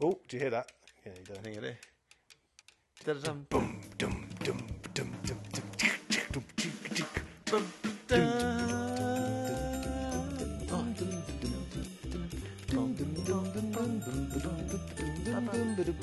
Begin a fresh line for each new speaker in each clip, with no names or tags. Oh, do you hear that? Yeah, you don't.
I think it is. Da-da-dum.
Boom, dum, dum, dum, dum, dum, dum, dum, dum,
Bum, da. Oh, dum, dum, dum, dum, dum, dum, dum, dum, dum, dum, dum, dum.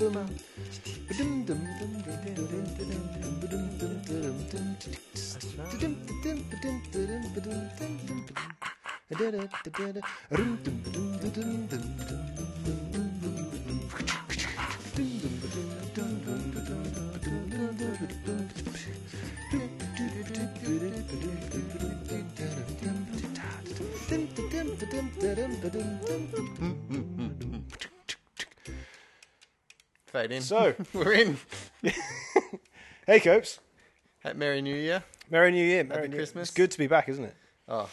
Fade in.
So.
we're in.
Hey, Copes.
At Merry New Year.
Merry New Year. Merry
Happy
New
Christmas.
It's good to be back, isn't it?
Oh,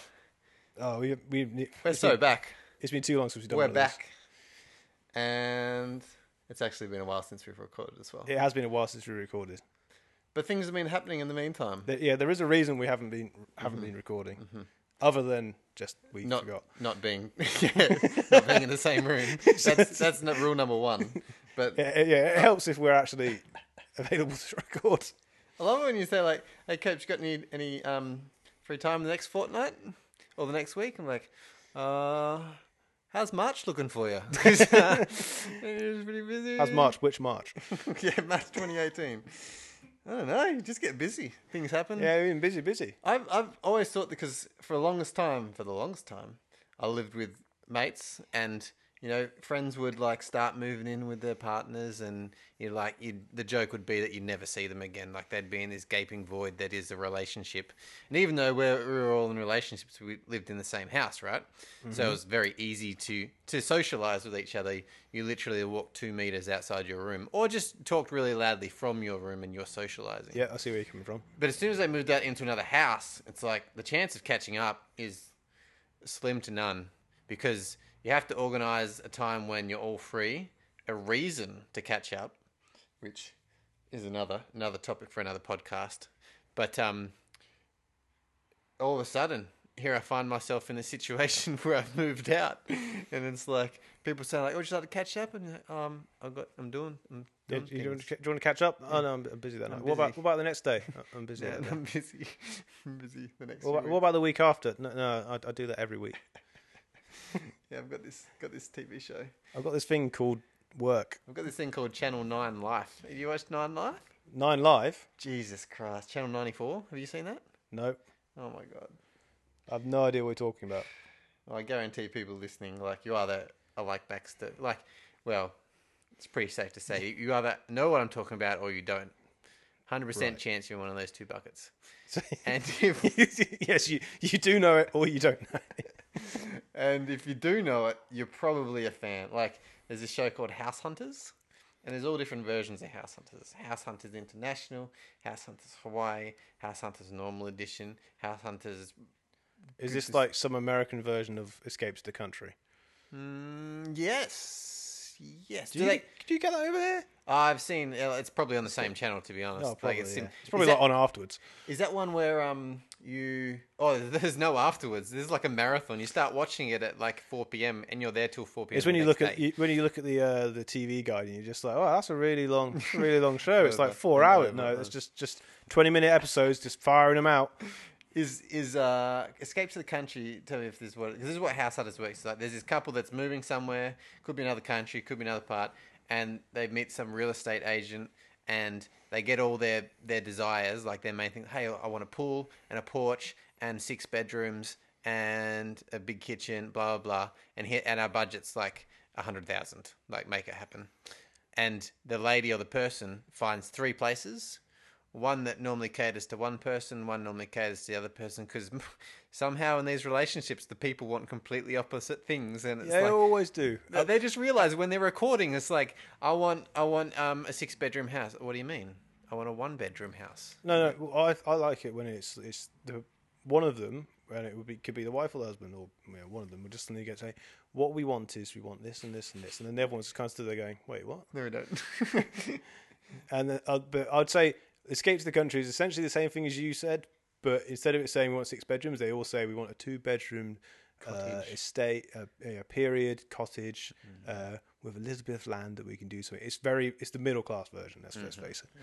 Oh, we we we
we're so back.
It's been too long since we've done
We're
one of these.
back, and it's actually been a while since we've recorded as well.
It has been a while since we recorded.
But things have been happening in the meantime.
Th- yeah, there is a reason we haven't been haven't been recording, other than just we
Not
forgot.
not being yeah, not being in the same room. That's that's not rule number one. But
Yeah, it- yeah, it helps if we're actually available to record.
I love it when you say like, "Hey, coach, got any any um, free time the next fortnight or the next week?" I'm like, "Uh, how's March looking for you?" It's pretty busy.
As March, which March?
yeah, March 2018. I don't know. You just get busy. Things happen.
yeah, we've been busy, busy.
I've I've always thought because for the longest time, for the longest time, I lived with mates and you know friends would like start moving in with their partners and you like you the joke would be that you never see them again like they'd be in this gaping void that is a relationship and even though we're, we were all in relationships we lived in the same house right so it was very easy to to socialize with each other you literally walk two meters outside your room or just talked really loudly from your room and you're socializing
Yeah, I see where you're coming from.
but as soon as they moved out into another house, it's like the chance of catching up is slim to none because you have to organize a time when you're all free, a reason to catch up, which is another another topic for another podcast. But um, all of a sudden, here I find myself in a situation where I've moved out, and it's like people say like, "Oh, would you like to catch up?" And you're like, um, I got, I'm doing, I'm
Yeah,
doing
do, you want
things."
to, ca- do you want to catch up? Oh no, I'm, I'm busy that night. What about
busy.
what about the next day? I- I'm busy.
Yeah,
that day.
I'm busy. I'm busy the next.
What
few
about, what
weeks.
about the week after? No, no, I, I do that every week.
Yeah, I've got this got this TV show.
I've got this thing called work.
I've got this thing called Channel Nine Life. Have you watched Nine Life?
Nine Live.
Jesus Christ, Channel ninety four. Have you seen that?
No,
Oh my god!
I've no idea what we're talking about.
Well, I guarantee people listening, like you, either are like Baxter, like, well, it's pretty safe to say you you either know what I'm talking about or you don't. Hundred percent
Right.
chance you're in one of those two buckets.
So,
And if
yes, you you do know it or you don't know. It.
And if you do know it, you're probably a fan. Like, there's a show called House Hunters, and there's all different versions of House Hunters House Hunters International, House Hunters Hawaii, House Hunters Normal Edition, House Hunters.
Is this
Goodness.
like some American version of Escapes the Country?
Mm, yes. Yes.
Do
Do
you,
they,
do you get that over there?
I've seen. uh, It's probably on the same channel, to be honest.
No, Oh, probably.
it's, sim-
yeah. It's probably
is
not
that,
on afterwards.
Is that one where um you? Oh, there's no afterwards. There's like a marathon. You start watching it at like 4 p.m. and you're there till 4 p.m.
It's when
the
you
next
look at
day.
you, when you look at the uh, the TV guide and you're just like, oh, that's a really long, really long show. It's like
Whatever.
four hours. No,
Whatever.
it's just just twenty minute episodes, just firing them out.
is is uh escape to the country tell me if this is what 'cause this is what house hunters works like there's this couple that's moving somewhere could be another country could be another part and they meet some real estate agent and they get all their their desires like their main thing hey i want a pool and a porch and six bedrooms and a big kitchen blah blah blah and here and our budget's like a hundred thousand like make it happen and the lady or the person finds three places one that normally caters to one person, one normally caters to the other person, because somehow in these relationships, the people want completely opposite things, and it's
They
like uh,
always do.
they- they just realize when they're recording, it's like I want, I want um, a six bedroom house. What do you mean? I want a one bedroom house.
No, no, well, I I like it when it's it's the one of them, and it would be could be the wife or the husband or you know, one of them would just suddenly get to say, what we want is we want this and this and this, and then the other one's just kind of stood there going, wait, what?
No, we don't.
And then, uh, but I'd say Escape to the Country is essentially the same thing as you said, but instead of it saying we want six bedrooms, they all say we want a two bedroom uh, estate, a, a period cottage. Uh, with a little bit of land that we can do something. It's very it's the middle class version. Let's, let's face it.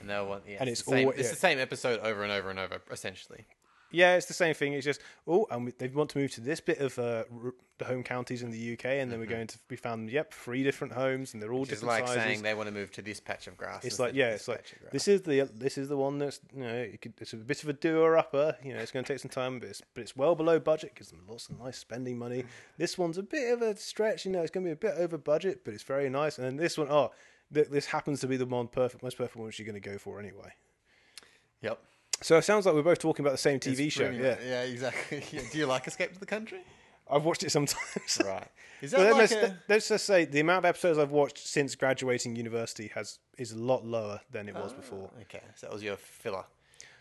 And they'll want, yeah,
And
it's,
it's
the same,
alwa-
it's
yeah.
the same episode over and over and over, essentially.
Yeah, it's the same thing. It's just oh, and we, they want to move to this bit of uh, r- the home counties in the UK, and then we're going to we found yep three different homes, and they're all
Just
different
Mm-hmm. like
sizes.
saying they want to move to this patch of grass.
it's
instead
like
of
yeah,
this
it's like
patch of grass.
this is the this is the one that's you know it could, it's a bit of a doer upper. You know, it's going to take some time, but it's but it's well below budget. Gives them lots of nice spending money.
Mm-hmm.
This one's a bit of a stretch. You know, it's going to be a bit over budget, but it's very nice. And then this one, oh, th- this happens to be the one perfect, most perfect one which you're going to go for anyway.
Yep.
So it sounds like we're both talking about the same TV
It's
show.
pretty
Yeah,
much- Yeah, exactly. Yeah, Do you like Escape to the Country?
I've watched it sometimes.
Right. Is
But
that
then
like
let's,
a,
let's just say the amount of episodes I've watched since graduating university has is a lot lower than it was before.
Okay, so that was your filler.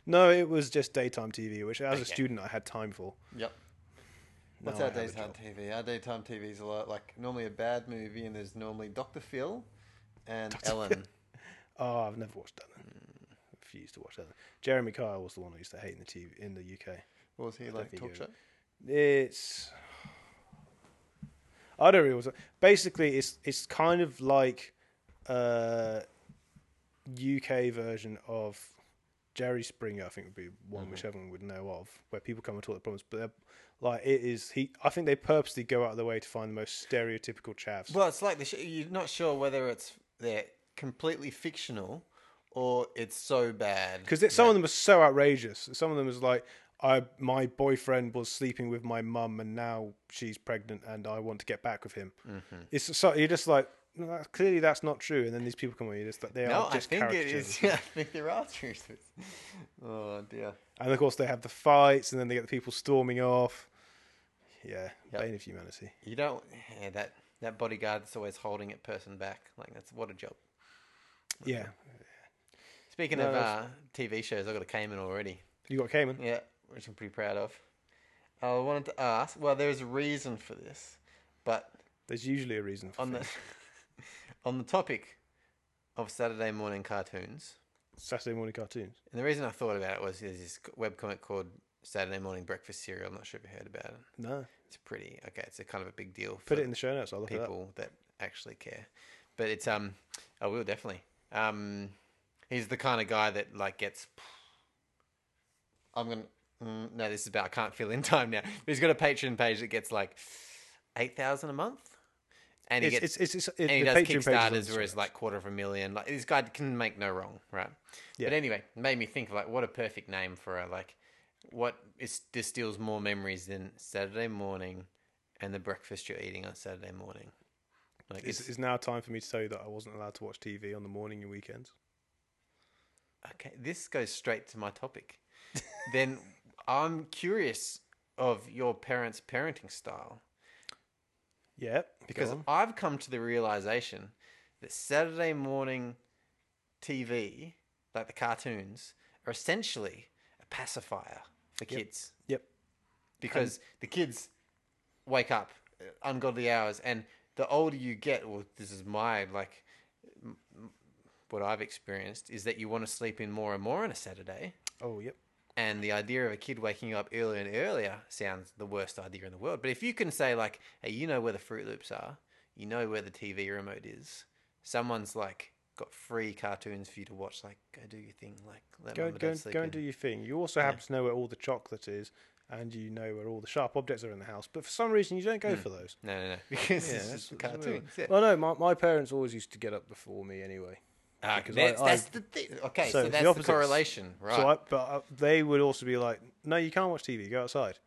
No, it was just daytime TV, which as a
Okay.
student I had time for.
Yep. What's
Now
our
I have a
daytime TV? Our daytime TV is a lot like normally a bad movie, and there's normally Doctor Phil and Ellen.
Oh, I've never watched that. Then.
Hmm.
Refused to watch that. Then. Jeremy Kyle was the one I used to hate in the TV in the UK.
What was he like?
think
Talk
it-
show.
It's I don't really. want to- Basically, it's it's kind of like uh UK version of Jerry Springer. I think would be one which everyone would know of, where people come and talk their problems. But they're, like it is, he. I think they purposely go out of their way to find the most stereotypical chavs.
Well, it's like the sh- you're not sure whether it's they're completely fictional or it's so bad
because some of them are so outrageous. Some of them is like, I my boyfriend was sleeping with my mum, and now she's pregnant, and I want to get back with him.
Mm-hmm.
It's so you're just like, no, that, clearly that's not true. And then these people come on, you just like they
No,
are
I
just
think it
caricatures.
is. Yeah, I think there are truths. to it. Oh dear.
And of course, they have the fights, and then they get the people storming off. Yeah,
Yep.
bane of humanity.
You don't. Yeah, that that bodyguard that's always holding a person back. Like that's what a job.
Yeah,
Speaking
No,
of
that's-
uh, TV shows, I got a Cayman already.
you got Cayman.
Yeah, which I'm pretty proud of. I wanted to ask. Well, there is a reason for this, but
There's usually a reason for
on the
things.
on the topic of Saturday morning cartoons,
Saturday morning cartoons.
and the reason I thought about it was there's this webcomic called Saturday Morning Breakfast Cereal. I'm not sure if you heard about it.
No,
It's pretty okay. It's a kind of a big deal.
put
for-
it in the show notes. I'll look at it up.
people that actually care. But it's um, I will definitely. Um, he's the kind of guy that like gets. I'm gonna. Mm, no, this is about. I can't fill in time now. But he's got a Patreon page that gets like eight thousand a month, and he
It's,
gets
it's it's it's it,
and he
the
does
Patreon page is on
Kickstarters
the
where
show
it's like quarter of a million. Like this guy can make no wrong, right?
Yeah.
But anyway, it made me think like what a perfect name for a like what is distills more memories than Saturday morning and the breakfast you're eating on Saturday morning. Like
It's,
it's,
it's now time for me to tell you that I wasn't allowed to watch TV on the morning and weekends.
okay, this goes straight to my topic. then I'm curious of your parents' parenting style.
Yeah,
because I've come to the realization that Saturday morning TV, like the cartoons, are essentially a pacifier for kids
yep,
because the kids wake up at ungodly hours, and the older you get, well, this is my like m- m- what I've experienced is that you want to sleep in more and more on a Saturday.
oh yep,
And the idea of a kid waking up earlier and earlier sounds the worst idea in the world. But if you can say like, "Hey, you know where the Fruit Loops are. You know where the TV remote is. Someone's like got free cartoons for you to watch. Like, go do your thing. Like, let
go
mum and
go
dad
and,
sleep
go
in."
and do your thing. You also happen to know where all the chocolate is, and you know where all the sharp objects are in the house. But for some reason, you don't go for those.
No, no, no. Because it's
that's-
just the
that's weird.
cartoons. Hmm. Yeah.
Well, no, my, my parents always used to get up before me anyway.
Ah,
because
that's,
I-
that's
I-
the thing. Okay,
so
so,
the
that's the,
opposites.
correlation, right?
So, I, but I, they would also be like, "No, you can't watch TV. Go outside."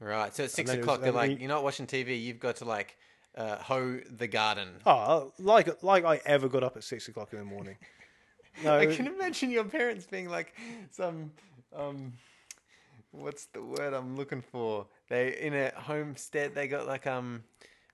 right. So at six
then it was-
o'clock, they're
and then
like,
you-
"You're not watching TV. You've got to like uh, hoe the garden."
Oh, like like I ever got up at six o'clock in the morning. No,
I can imagine your parents being like some um what's the word I'm looking for? They in a homestead they got like um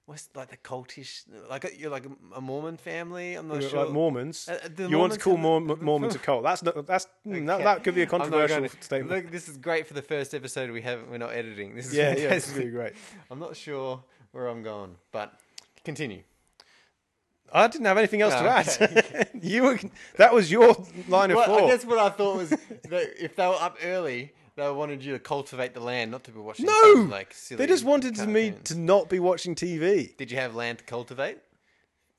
what's like the cultish like a, you're like a- a Mormon family. I'm not
Like
sure.
Mormons,
Uh, the
you want to
Mormons
call
have-
Mormon, Mormons a cult? That's not, that's mm, that,
Okay.
that could be a
I'm not
controversial
gonna-
statement.
Look, this is great for the first episode we haven't we're not editing. This is
yeah, yeah, it's
fantastic.
really great.
I'm not sure where I'm going, but continue.
I didn't have anything else
Oh,
to add. you were, that was your line of
Well, I
thought.
guess what I thought was that if they were up early, They wanted you to cultivate the land, not to be watching.
No!
some, like silly
They just wanted me
cartoons.
to not be watching TV.
Did you have land to cultivate,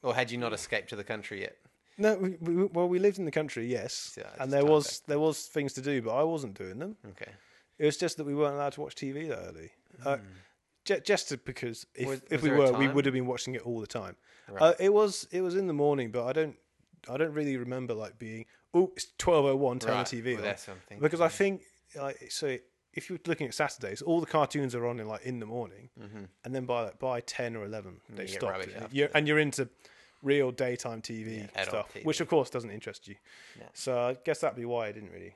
or had you not escaped to the country yet?
No, we, we, well, we lived in the country, yes,
Yeah, it's
and there
time
was there was things to do, but I wasn't doing them.
Okay.
It was just that we weren't allowed to watch TV that early. Uh, ju- just to, because if,
Hmm. Was-
if
was
we
there a
were, we
time?
would have been watching it all the time. Uh,
Right.
it was it was in the morning, but I don't I don't really remember like being oh it's twelve oh one turn
Right.
the TV
Well,
on."
that's something,
because I think like so if you're looking at Saturdays, all the cartoons are on in like in the morning, and then by like, by ten or eleven they
Mm-hmm. Mm, you get
stop,
rubbish after
you're, and you're into real daytime TV
Yeah, adult
stuff,
TV.
which of course doesn't interest you.
No.
So I guess that'd be why I didn't really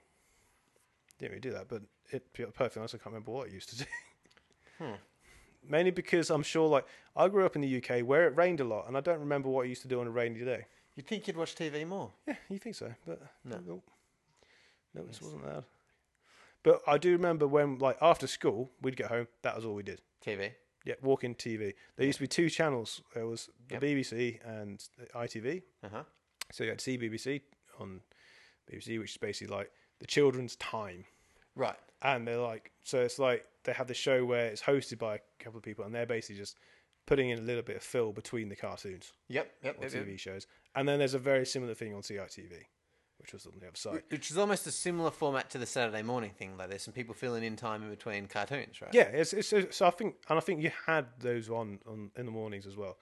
didn't really do that. But it, to be perfectly honest, I can't remember what I used to do.
Hmm.
Mainly because I'm sure, like, I grew up in the UK where it rained a lot, and I don't remember what I used to do on a rainy day.
You'd think you'd watch TV more.
Yeah, you think so, but
No.
nope. no, this wasn't that. But I do remember when, like, after school, we'd get home. That was all we did.
TV.
Yeah, walking TV. There used to be two channels. There was the
Yep.
BBC and the ITV.
Uh huh.
So you had to see BBC on BBC, which is basically like the children's time.
Right.
and they're like so it's like they have this show where it's hosted by a couple of people and they're basically just putting in a little bit of fill between the cartoons
Yep. Yep.
or
yep, yep.
TV shows and then there's a very similar thing on CITV which was on the other side
Which is almost a similar format to the Saturday morning thing. Like there's some people filling in time in between cartoons, right?
yeah it's, it's, it's so I think and I think you had those on, on in the mornings as well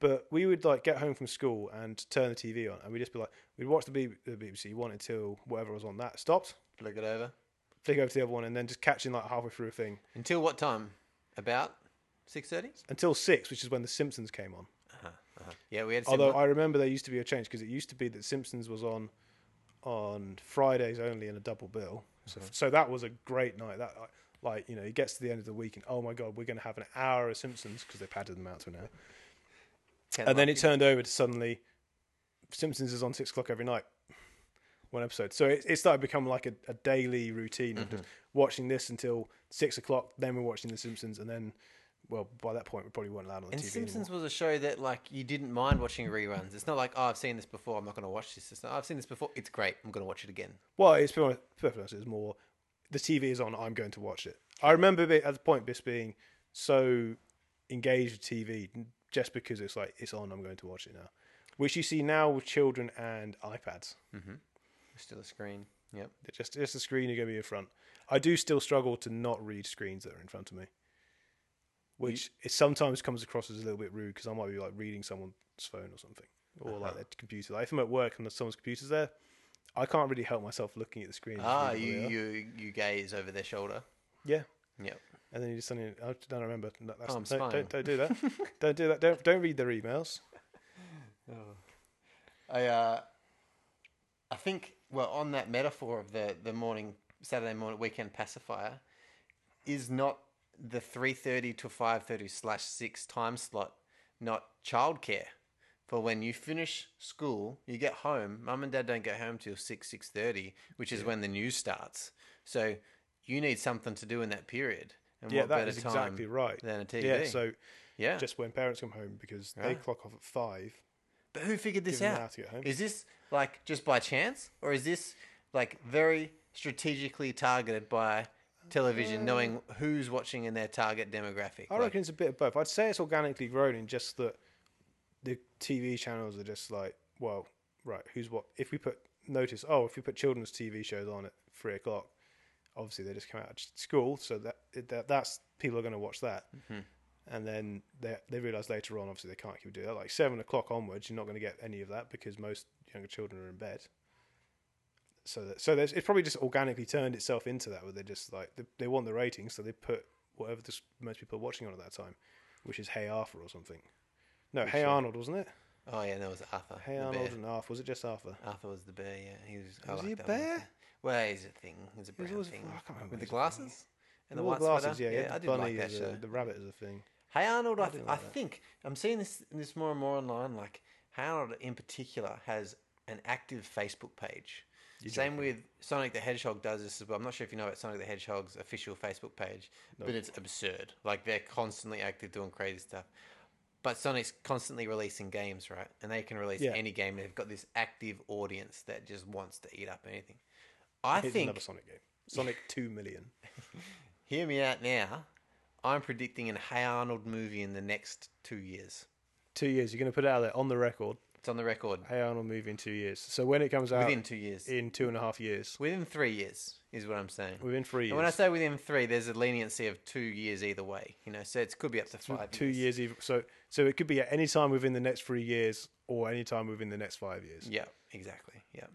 but we would like get home from school and turn the TV on and we'd just be like we'd watch the, B- the BBC one until whatever was on that stopped
Look it over.
flick over to the other one and then just catching like halfway through a thing
Until what time? About six thirty.
until six which is when the Simpsons came on
Yeah, we had. Similar.
Although I remember there used to be a change because it used to be that Simpsons was on on Fridays only in a double bill. So, so that was a great night. That like, like you know, it gets to the end of the week and oh my god, we're going to have an hour of Simpsons because they padded them out to an hour.
Ten
And then it
o'clock.
turned over to suddenly Simpsons is on six o'clock every night, one episode. So it, it started becoming like a, a daily routine of just
Mm-hmm.
watching this until six o'clock. Then we're watching the Simpsons, and then well, by that point we probably weren't allowed on the
And
TV anymore.
Simpsons was a show that like you didn't mind watching reruns. It's not like oh I've seen this before I'm not going to watch this. It's not, I've seen this before. It's great. I'm going to watch it again.
Well, it's been perfect. It's more the TV is on. I'm going to watch it. I remember it at the point just being so engaged with TV just because it's like it's on. I'm going to watch it now, which you see now with children and iPads.
Still a screen. Yep.
They're Just just the screen you're going to be in front. I do still struggle to not read screens that are in front of me, which it sometimes comes across as a little bit rude because I might be like reading someone's phone or something or
Uh-huh.
like their computer. Like if I'm at work and there's someone's computer's there, I can't really help myself looking at the screen. and just
Ah,
reading what
you
they are.
you you gaze over their shoulder.
yeah.
Yep.
And then you just suddenly, I don't remember. No, that's,
Oh, I'm
don't,
spying.
don't, don't do that. don't do that. Don't don't read their emails.
Oh. I uh, I think well on that metaphor of the the morning Saturday morning weekend pacifier is not the three thirty to five thirty slash six time slot not childcare for when you finish school you get home mum and dad don't get home till six six thirty which is when the news starts so you need something to do in that period and
yeah,
what
that
better
is
time
exactly right.
than a TV
Yeah, so
yeah
just when parents come home because they
Right.
clock off at five.
But who figured this
Given an hour
out?
to get home.
Is this like just by chance, or is this like very strategically targeted by television, knowing who's watching in their target demographic?
Uh, I
Like,
reckon it's a bit of both. I'd say it's organically grown in just that the TV channels are just like, well, right, who's what? If we put notice, oh, if we put children's TV shows on at three o'clock, obviously they just come out of school, so that, that that's people are going to watch that. And then they they realize later on, obviously they can't keep doing that. Like seven o'clock onwards, you're not going to get any of that because most younger children are in bed. So that so there's, it's probably just organically turned itself into that where they just like they, they want the ratings, so they put whatever the s- most people are watching on at that time, which is Hey Arthur or something. No, Hey Arnold wasn't it?
oh yeah, and there was Arthur.
Hey
the
Arnold
bear.
and Arthur. Was it just Arthur?
Arthur was the bear. Yeah, he was. I
Was he
liked
a
that one
bear?
too. Well, he's a thing. He's a brown
always-
thing
I can't remember
with the
his name.
glasses and the
All
white
glasses,
sweater.
yeah, yeah.
I
the
did
bunny
like that
is
show.
a, the rabbit is a thing.
Hey Arnold, I,
didn't
I
like that.
think I'm seeing this this more and more online. Like Hey Arnold in particular has an active Facebook page. Same with Sonic the Hedgehog does this as well. I'm not sure if you know about Sonic the Hedgehog's official Facebook page, but it's absurd. Like they're constantly active doing crazy stuff. But Sonic's constantly releasing games, right? And they can release
Yeah.
any game. They've got this active audience that just wants to eat up anything. I
It's
think
another Sonic game. Sonic Two Million.
Hear me out now. I'm predicting an Hey Arnold movie in the next two years.
Two years. You're going to put it out there on the record.
It's on the record.
Hey Arnold movie in two years. So when Uh, it comes out
Within two years.
in two and a half years,
Within three years is what I'm saying.
within three years,
And when I say within three, there's a leniency of two years either way. You know, so it could be up to five.
two years. Even, so so it could be at any time within the next three years, or any time within the next five years,
Yeah, exactly. Yeah,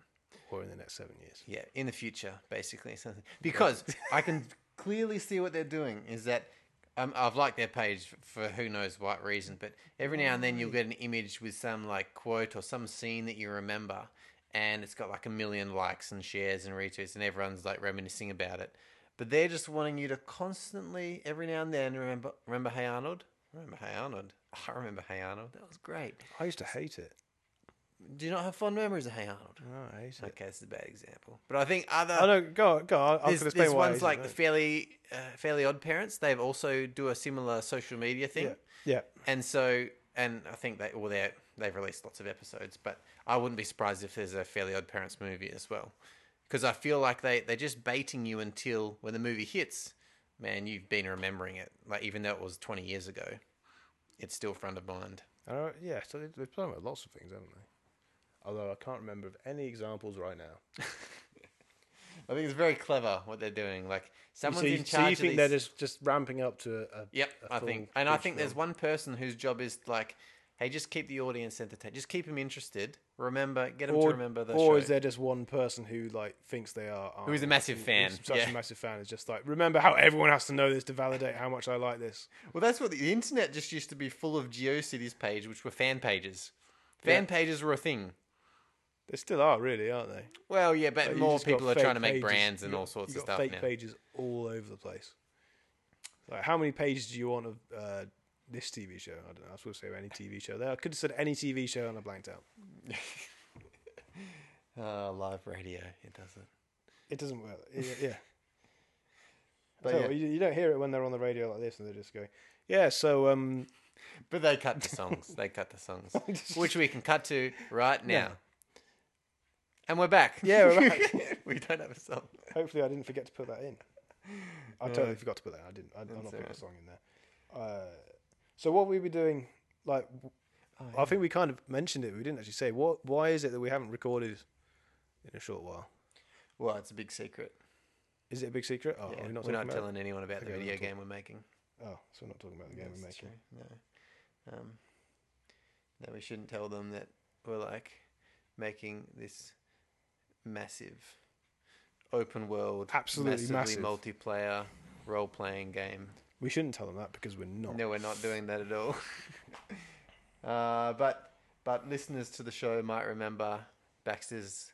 or in the next seven years.
yeah. In the future, basically, something because I can clearly see what they're doing is that. Um, I've liked their page f- for who knows what reason, but every now and then you'll get an image with some like quote or some scene that you remember, and it's got like a million likes and shares and retweets, and everyone's like reminiscing about it. But they're just wanting you to constantly, every now and then, remember, remember, hey Arnold, remember, hey Arnold, I remember, hey Arnold, that was great.
I used to hate it.
Do you not have fond memories of Hey Arnold?
No, I hate it.
Okay, that's a bad example. But I think other
Oh no, go on, go. On. I was going
there's,
to explain
there's
why. I
ones
hate it.
like the fairly uh, fairly odd parents. They've also do a similar social media thing,
yeah, yeah.
and so and I think they well they they've released lots of episodes. But I wouldn't be surprised if there's a fairly odd parents movie as well, because I feel like they they're just baiting you until when the movie hits, man, you've been remembering it. Like even though it was 20 years ago, it's still front of mind.
I don't, yeah, so they- they've done about lots of things, haven't they? Although I can't remember of any examples right now.
I think it's very clever what they're doing. Like someone's
so you,
in
so
charge.
you
of
think
these...
they're just, just ramping up to a,
Yep,
a
I
full
think, and I
feature
think there's
film?
one person whose job is like, hey, just keep the audience entertained, just keep them interested. Remember, get them to remember the
or
show.
is there just one person who like thinks they are
Who is a massive fan,
such
yeah.
a massive fan is just like remember how everyone has to know this to validate how much I like this.
well, that's what the, the internet just used to be full of GeoCities page, which were fan pages. Fan
Yeah.
pages were a thing.
They still are really, aren't they?
Well, yeah, but
Like, you
more
just got
people are
fake
trying to make
pages.
brands and
You got-
all sorts
you
of
got
stuff
Fake
now.
pages all over the place. Like how many pages do you want of uh, this TV show? I don't know. I was going to say any TV show. There, I could have said any TV show and I blanked out.
Uh, live radio, it doesn't.
It doesn't work. Yeah. yeah.
But
So
yeah.
you, you don't hear it when they're on the radio like this and they're just going, yeah, so um,
But they cut the songs. they cut the songs, which we can cut to right now. And we're back.
Yeah, we're back.
we don't have a song.
hopefully I didn't forget to put that in. I totally forgot to put that. in. I didn't. I, I'm not
Uh, That's
putting a
alright.
song in there. Uh, so what we were doing, like, w I I think we kind of mentioned it. But we didn't actually say what. Why is it that we haven't recorded in a short while?
Well, it's a big secret.
Is it a big secret? Oh,
Yeah,
are we not
we're
talking
not
about
telling anyone about
Okay,
the
we're
video
not talk-
game we're making.
It? Oh, so we're not talking about the game we're
That's
making.
true, No. Um, no, we shouldn't tell them that we're like making this massive open world,
Absolutely
massively
massive.
multiplayer role playing game.
We shouldn't tell them that because we're not.
No, we're not doing that at all. uh, but but listeners to the show might remember Baxter's.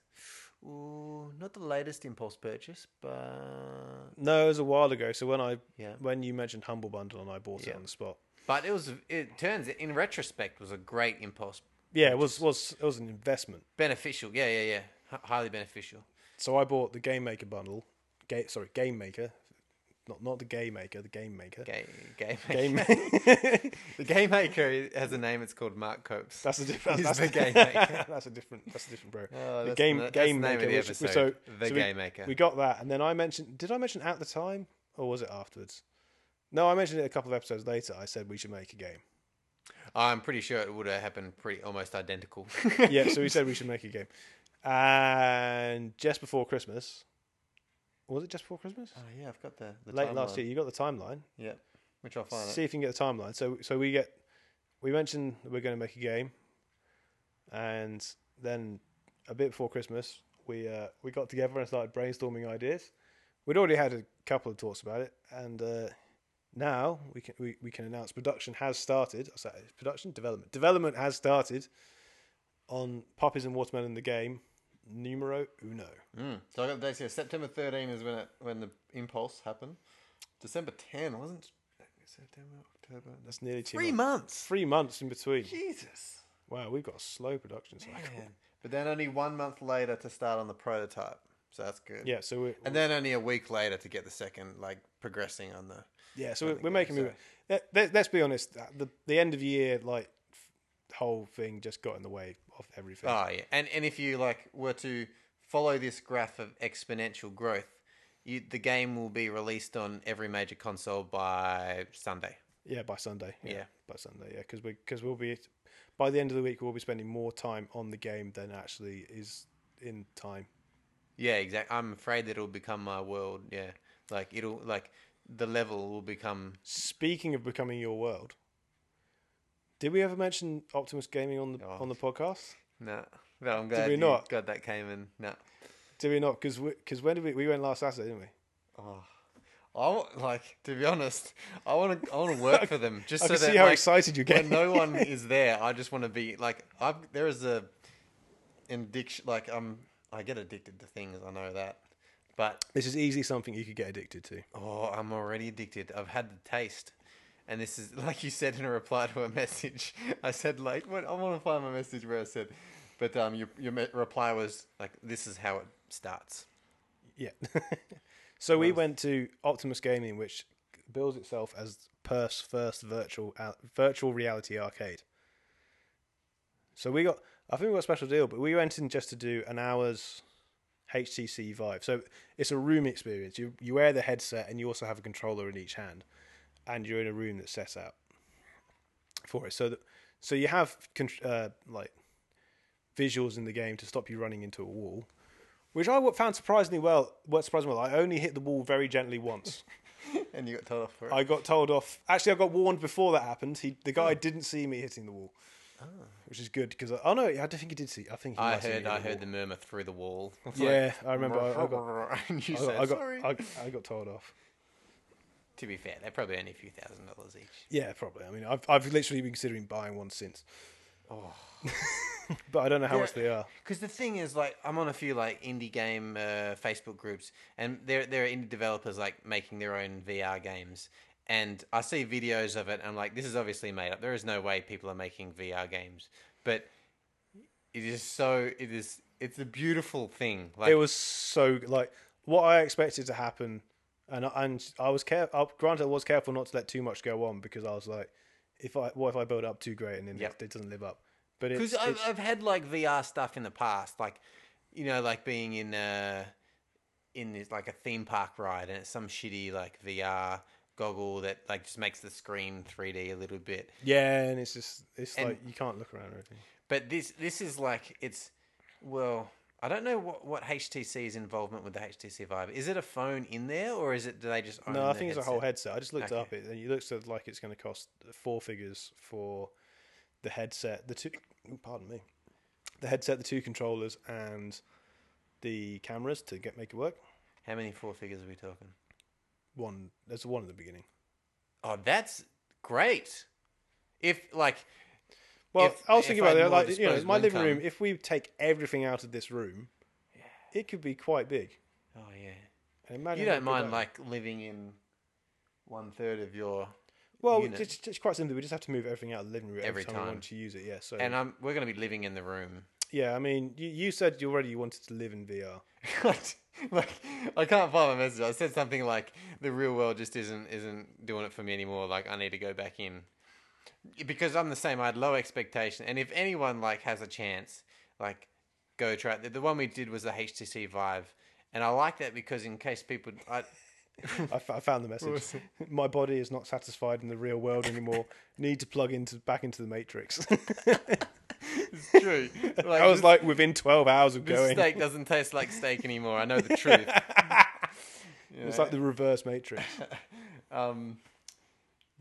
Ooh, not the latest impulse purchase, but
No, it was a while ago. So when I
yeah.
when you mentioned Humble Bundle and I bought
Yeah.
it on the spot.
But it was. It turns in retrospect was a great impulse
Yeah, it was was it was an investment.
beneficial. Yeah, yeah, yeah. H- highly beneficial.
So I bought the Game Maker bundle. Ga- sorry, Game Maker, not not the Game Maker, the Game Maker.
Game, game,
Game Oh,
maker. the game maker has a name. It's called Mark Copes.
That's a different. That's,
the
that's
Game Maker.
that's a different. That's a different bro.
Oh,
the
that's
game
the- that's
game
the name of
maker.
the
which- which-
episode,
so,
The
so
Game
we,
Maker.
We got that, and then I mentioned. Did I mention at the time, or was it afterwards? No, I mentioned it a couple of episodes later. I said we should make a game.
Oh, I'm pretty sure it would have happened pretty almost identical.
Yeah, so we said we should make a game, and just before Christmas, was it just before Christmas?
Oh yeah, I've got the, the
Late last year, you got the timeline.
Yeah, which I'll find.
See if you can get the timeline. So so we get we mentioned that we're going to make a game, and then a bit before Christmas we uh, we got together and started brainstorming ideas. We'd already had a couple of talks about it, and uh, now we can we, we can announce production has started. Sorry, production development development has started on Puppies and Watermelon the game numero uno.
Mm. So I got the dates here. September 13 is when it when the impulse happened. December 10 wasn't September October. That's
That's nearly two
three
months.
months.
Three months in between.
Jesus.
Wow, we've got a slow production cycle.
Man. But then only one month later to start on the prototype. So that's good.
Yeah, so we're,
And then only a week later to get the second, like progressing on the.
Yeah, so we're,
think
we're
it
making
is,
moves. Let, let, let's be honest. that- The the end of year like f- whole thing just got in the way of everything.
Ah. Oh yeah, and and if you like were to follow this graph of exponential growth, you, the game will be released on every major console by Sunday.
Yeah, by Sunday.
Yeah.
by Sunday. Yeah, because we because we'll be by the end of the week we'll be spending more time on the game than actually is in time.
Yeah, exactly. I'm afraid that it'll become my world. Yeah, like it'll like the level will become.
Speaking of becoming your world, did we ever mention Optimus Gaming on the
Oh.
on the podcast?
No, but I'm glad
we
you
not?
God, that came in. No,
Did we not? Because because when did we we went last Saturday, didn't we?
oh, I wa- like to be honest. I want to. I want to work for them just
I
so
can
that
see how
like,
excited you're
when
getting.
no one is there, I just want to be like I've. There is a addiction. Like I'm. I get addicted to things. I know that, but
This is easily something you could get addicted to.
Oh, I'm already addicted. I've had the taste. And this is like you said in a reply to a message. I said late. What I want to find my message where I said, but um, your your me- reply was like, "This is how it starts."
Yeah. so we went to Optimus Gaming, which bills itself as Perth's first virtual al- virtual reality arcade. So we got, I think we got a special deal, but we went in just to do an hour's HTC Vive. So it's a room experience. You you wear the headset and you also have a controller in each hand, and you're in a room that's set out for it. So that so you have con- uh, like visuals in the game to stop you running into a wall, which I wa- found surprisingly well. Worked surprisingly well. I only hit the wall very gently once.
And you got told off for it.
I got told off. Actually, I got warned before that happened. He, the guy didn't see me hitting the wall, which is good because I, oh no, I don't think he did see. I think he
Ah. I,
might see me
heard.
hit
I
the
heard
wall.
the murmur through the wall. It's
Yeah, I remember. I, I got,
and you
I got,
said,
I, got
"Sorry."
I, I got told off.
to be fair, they probably only a few thousand dollars each.
Yeah, probably. I mean, I've I've literally been considering buying one since.
Oh.
but I don't know how
Yeah.
much they are.
Because the thing is, like, I'm on a few like indie game uh, Facebook groups, and there there are indie developers like making their own VR games, and I see videos of it. And I'm like, this is obviously made up. There is no way people are making VR games, but it is so. It is. It's a beautiful thing. Like,
it was so like what I expected to happen, and I- and I was careful. Granted, I was careful not to let too much go on because I was like, if I what if I build up too great and then
Yep.
it, it doesn't live up. But it's,
because I've,
it's-
I've had like VR stuff in the past, like you know, like being in uh in this, like a theme park ride, and it's some shitty like VR goggle that like just makes the screen 3D a little bit.
yeah, and it's just it's
And-
like you can't look around or anything.
But this this is like it's well, I don't know what what HTC's involvement with the HTC Vive. Is it a phone in there, or is it do they just own
No, I
the
think it's a
headset?
whole headset. I just looked
Okay.
up it, and it looks like it's going to cost four figures for the headset, the two. ooh, Pardon me, the headset, the two controllers, and the cameras to get make it work.
How many four figures are we talking?
One, there's one at the beginning.
Oh, that's great. If like,
Well,
if-
I was
if
thinking
I
about
had
it.
more
Like, you know, my
disposable
living
income-
room. If we take everything out of this room, it could be quite big.
oh yeah,
And imagine
you
how
don't
big
mind
that-
like living in one third of your.
well,
unit.
it's, it's quite simply we just have to move everything out of the living room every,
Every
time,
time.
we want to use it. Yeah. So
And I'm we're gonna be living in the room.
yeah, I mean, you, you said you already you wanted to live in VR.
like I can't find my message. I said something like the real world just isn't isn't doing it for me anymore. Like I need to go back in because I'm the same. I had low expectation, and if anyone like has a chance, like go try. it. The, the one we did was the HTC Vive, and I like that because in case people, I,
I, f- I found the message. my body is not satisfied in the real world anymore. Need to plug into back into the matrix.
it's true. Like,
I was like within twelve hours of
this
going.
steak doesn't taste like steak anymore. I know the truth. You
It's
know?
like the reverse matrix.
Um,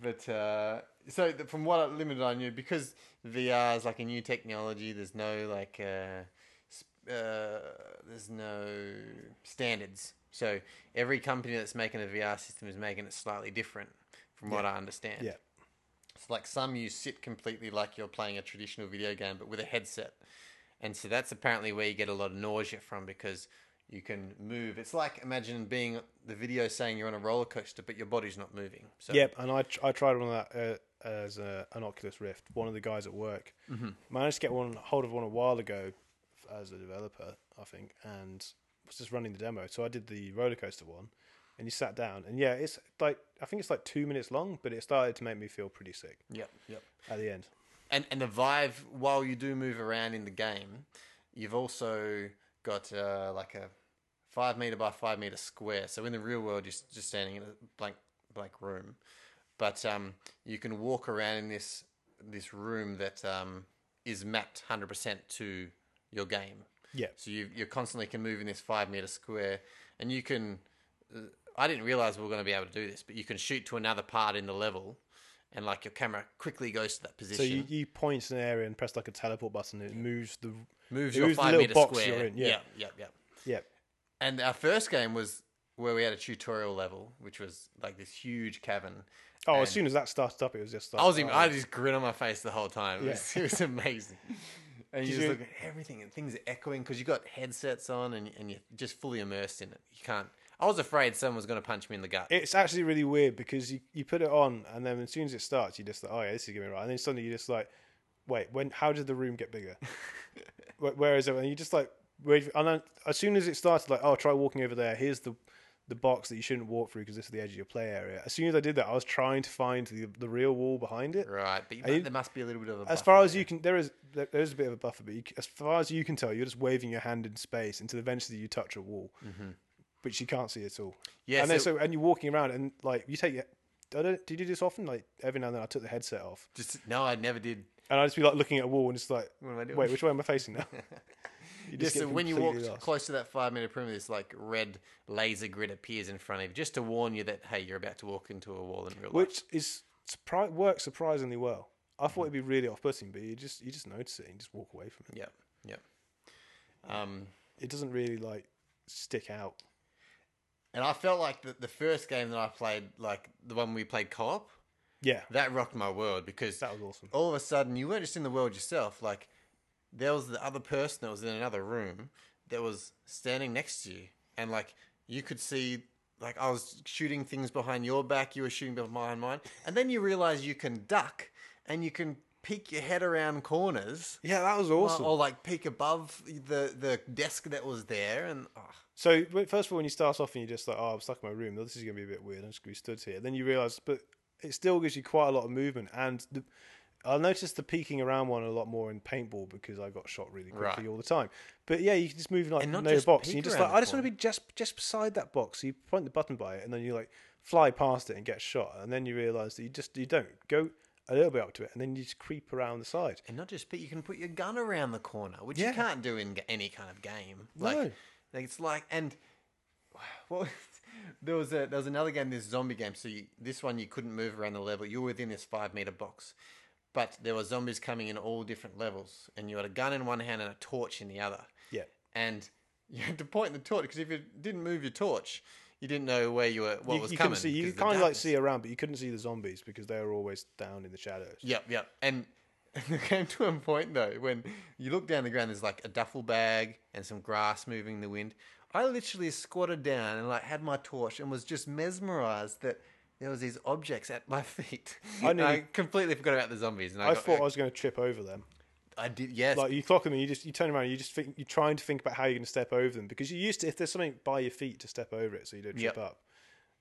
but uh, so the, from what I- limited I knew, because VR is like a new technology, there's no like uh, sp- uh, there's no standards. So every company that's making a VR system is making it slightly different, from what I understand.
Yeah.
So like some you sit completely like you're playing a traditional video game, but with a headset, and so that's apparently where you get a lot of nausea from because you can move. It's like imagine being the video saying you're on a roller coaster, but your body's not moving. So
Yep, and I tr- I tried one of that uh, as a, an Oculus Rift. One of the guys at work
Mm-hmm.
managed to get one hold of one a while ago f- as a developer, I think, and was just running the demo. So I did the roller coaster one, and you sat down, and yeah, it's like I think it's like two minutes long, but it started to make me feel pretty sick
yep, yep.
at the end.
and and the Vive, while you do move around in the game, you've also got uh, like a five meter by five meter square. So in the real world, you're s- just standing in a blank blank room, but um, you can walk around in this this room that um, is mapped hundred percent to your game.
Yeah.
So you you constantly can move in this five meter square, and you can. uh, I didn't realize we were going to be able to do this, but you can shoot to another part in the level, and like your camera quickly goes to that
So
position.
you, you point an area and press like a teleport button, and it moves the
moves
it
your
moves the
five
little
meter
box
square.
you're in, yeah.
yeah, yeah, yeah.
yeah.
And our first game was where we had a tutorial level, which was like this huge cavern.
Oh,
And
as soon as that started up, it was just. Like,
I was even,
oh,
I had this grin on my face the whole time. It,
Yeah.
was, it was amazing. And you
Did
just
you-
look at everything, and things are echoing because you got headsets on, and and you're just fully immersed in it. You can't. I was afraid someone was going to punch me in the gut.
it's actually really weird because you, you put it on and then as soon as it starts, you just like, oh yeah, this is gonna be right, and then suddenly you just like, wait, when? How did the room get bigger? where, where is it? And you just like, where, and then as soon as it started, like, oh, try walking over there. Here's the the box that you shouldn't walk through because this is the edge of your play area. As soon as I did that, I was trying to find the the real wall behind it.
right, but you,
you-
there must be a little bit of a.
As
buffer
far as
there.
you can, there is there there is a bit of a buffer, but you, c- as far as you can tell, you're just waving your hand in space until eventually you touch a wall, which you can't see at all.
Yeah,
and then
so-
so and you're walking around and like you take your. I don't, did you do this often? Like every now and then, I took the headset off,
just no, I never did.
and I'd just be like looking at a wall and just like,
What am I doing?
wait, which way am I facing now? you
Just so when you walk
completely lost.
close to that five meter perimeter, this like red laser grid appears in front of you, just to warn you that hey, you're about to walk into a wall in real life.
which is surpri- works surprisingly well. I thought it'd be really off-putting, but you just you just notice it and you just walk away from it.
Yep, yep. Um,
It doesn't really like stick out.
and I felt like the, the first game that I played, like the one we played co-op,
Yeah,
that rocked my world because
that was awesome.
all of a sudden you weren't just in the world yourself. Like there was the other person that was in another room that was standing next to you, and like you could see. Like I was shooting things behind your back, you were shooting behind mine, and then you realize you can duck and you can peek your head around corners,
Yeah, that was
or-
awesome.
or, like peek above the the desk that was there, and oh,
So w- first of all, when you start off and you're just like, "Oh, I'm stuck in my room. This is going to be a bit weird. I'm just going to be stood here." Then you realise, but it still gives you quite a lot of movement. And the, I noticed the peeking around one a lot more in paintball because I got shot really quickly
Right.
all the time. But yeah, you can just move like
And not
no
just
box.
peek
And you're just
around
like,
the
"I just want to be just just beside that box." So you point the button by it, and then you like fly past it and get shot. And then you realise that you just you don't go a little bit up to it, and then you just creep around the side.
And not just, but you can put your gun around the corner, which
Yeah.
you can't do in g- any kind of game.
No.
Like, like, it's like, and what was, there was a there was another game, this zombie game. So you, this one you couldn't move around the level. You were within this five meter box, but there were zombies coming in all different levels, and you had a gun in one hand and a torch in the other.
Yeah.
And you had to point the torch because if you didn't move your torch, you didn't know where you were, what
you,
was
you
coming.
couldn't see. You
'cause the
kind of like
darkness.
see around, but you couldn't see the zombies because they were always down in the shadows.
Yep, yep. And there came to a point though when you look down the ground, there's like a duffel bag and some grass moving in the wind. I literally squatted down and like had my torch and was just mesmerized that there was these objects at my feet.
I
I,
nearly-
completely forgot about the zombies. And I,
I
got,
thought I was going to trip over them.
I, did. Yes,
Like you clock them and you just you turn around and you just think you're trying to think about how you're going to step over them because you used to if there's something by your feet to step over it so you don't trip
Yep.
up.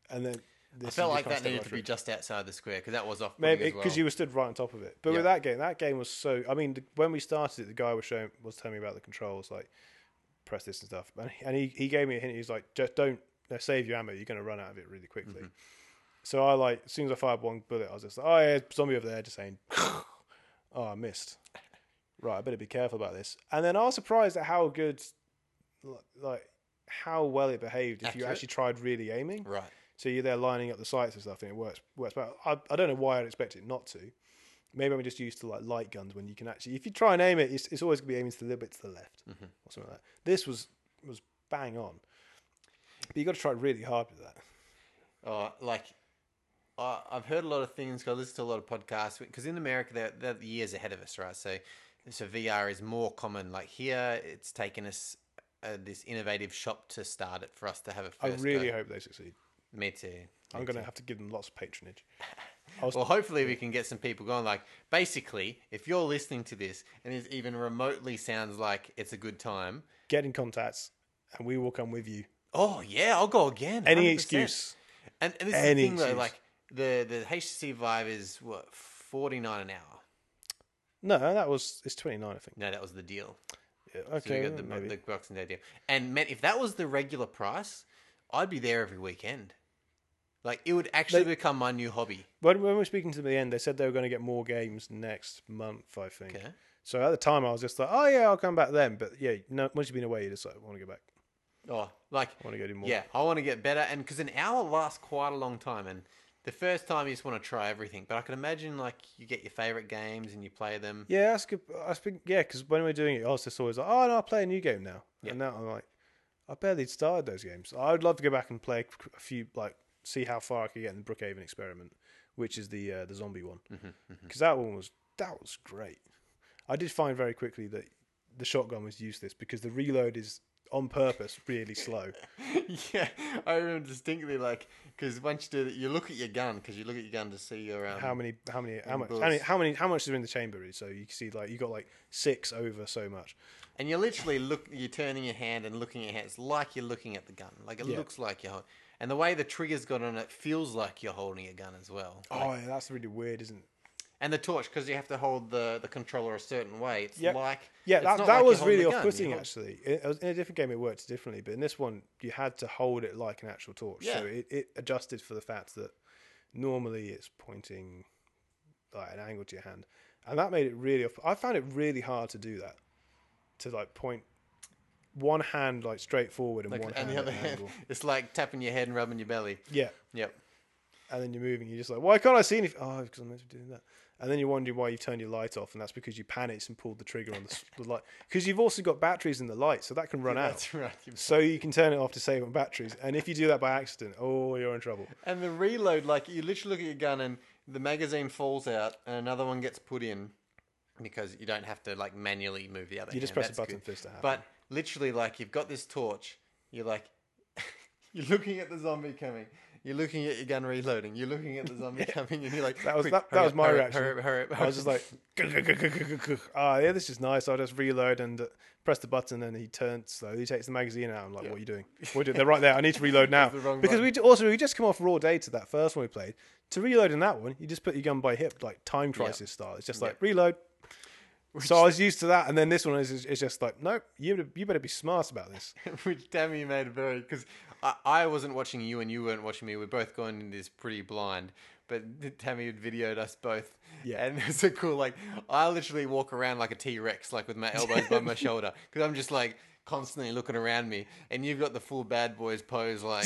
And then
I
this,
felt
you
like
can't
that
step
needed
right
to
through.
be just outside the square because that was off.
maybe
as
because
well.
you were stood right on top of it. But with
Yeah.
that game, that game was so. I mean, the, when we started it, the guy was showing was telling me about the controls, like press this and stuff, and, and he he gave me a hint. He was like, just don't uh, save your ammo. You're going to run out of it really quickly.
Mm-hmm.
So I like as soon as I fired one bullet, I was just like, oh yeah, zombie over there, just saying, oh I missed. Right, I better be careful about this. And then I was surprised at how good, li- like how well it behaved if you
Accurate.
actually tried really aiming.
right.
So you're there lining up the sights and stuff, and it works works well. I, I don't know why I'd expect it not to. Maybe I'm just used to like light guns when you can actually, if you try and aim it, it's, it's always gonna be aiming to a little bit to the left
Mm-hmm.
or something like that. This was was bang on, but you got to try really hard with that.
Oh, like I I've heard a lot of things. 'cause I listen to a lot of podcasts because in America they're, they're years ahead of us, right? So, so VR is more common. Like here, it's taken us uh, this innovative shop to start it for us to have a
I
first.
really
go.
hope they succeed.
me too.
I'm gonna have to give them lots of patronage. was-
Well, hopefully we can get some people going. Like, basically, if you're listening to this and it even remotely sounds like it's a good time,
Get in contacts, and we will come with you.
oh yeah, I'll go again.
Any
100%.
excuse.
And, and this
Any
is the thing though,
excuse.
like the the HTC Vive is what forty nine an hour.
No, that was it's 29, I think.
No, that was the deal. So
Okay,
we got the,
maybe.
the Boxing Day deal. And man, if that was the regular price, I'd be there every weekend. Like it would actually
They-
become my new hobby.
When, when we were speaking to them at the end, they said they were going to get more games next month, I think.
Okay.
So at the time, I was just like, oh, yeah, I'll come back then. But yeah, no, once you've been away, you just like, I want to go back.
Oh, like
I want to go do more.
yeah, I want to get better. And because an hour lasts quite a long time, and the first time you just want to try everything. But I can imagine like you get your favorite games and you play them.
Yeah, that's good. I think, yeah, because when we were doing it, I was just always like, oh, no, I'll play a new game now. And now I'm like, I barely started those games. I would love to go back and play a few, like, see how far I could get in the Brookhaven experiment, which is the uh, the zombie one. Because that one was, that was great. I did find very quickly that the shotgun was useless because the reload is on purpose really slow.
yeah, I remember distinctly like because once you do that, you look at your gun because you look at your gun to see your um,
how many how many how much
bullets.
how many, how many how much is in the chamber is so you can see like you got like six over so much
and you're literally look you're turning your hand and looking at your hands like you're looking at the gun like it
Yeah.
looks like you're hold- and the way the trigger's got on it feels like you're holding a gun as well Like-
oh yeah that's really weird isn't it
and the torch because you have to hold the the controller a certain way it's
Yep.
like
yeah
it's
that,
not
that
like you're
was
holding
really
a gun,
off-putting
you're hold-
actually It- it was- in a different game it worked differently but in this one you had to hold it like an actual torch
Yeah.
so it, it adjusted for the fact that normally it's pointing like an angle to your hand and that made it really off i found it really hard to do that to like point one hand like straight forward and one
and
hand
the other
at an
hand
angle
it's like tapping your head and rubbing your belly
yeah
yep
and then you're moving. You're just like, why can't I see anything? Oh, because I'm meant to be doing that. And then you're wondering why you've turned your light off, and that's because you panicked and pulled the trigger on the, s- the light. Because you've also got batteries in the light, so that can run out.
that's right
So you can turn it off to save on batteries. And if you do that by accident, oh, you're in trouble.
and the reload like you literally look at your gun and the magazine falls out and another one gets put in because you don't have to like manually move the other
You just press
hand.
a
That's
button
good.
for this to happen.
But literally, like you've got this torch, you're like, you're looking at the zombie coming. You're looking at your gun reloading. You're looking at the zombie coming, and you're like,
That was-
"Quick,
that- that
hurry
was
up,
my
hurry up,
reaction.
Hurry up, hurry up,
I was just like, ah, yeah, this is nice. I'll just reload and uh, press the button, and he turns slowly, he takes the magazine out. I'm like, what are you doing? What are you doing? They're right there. I need to reload now.
the wrong
Because we d- also we just come off raw data that first one we played. To reload in that one, you just put your gun by hip, like time crisis style. It's just like reload. So I was used to that, and then this one is, is, is just like, nope, you you better be smart about this.
which Tammy made very because I, I wasn't watching you and you weren't watching me. We're both going into this pretty blind, but Tammy had videoed us both.
Yeah.
and it's so cool. Like I literally walk around like a T Rex, like with my elbows by my shoulder, because I'm just like constantly looking around me, and you've got the full bad boys pose, like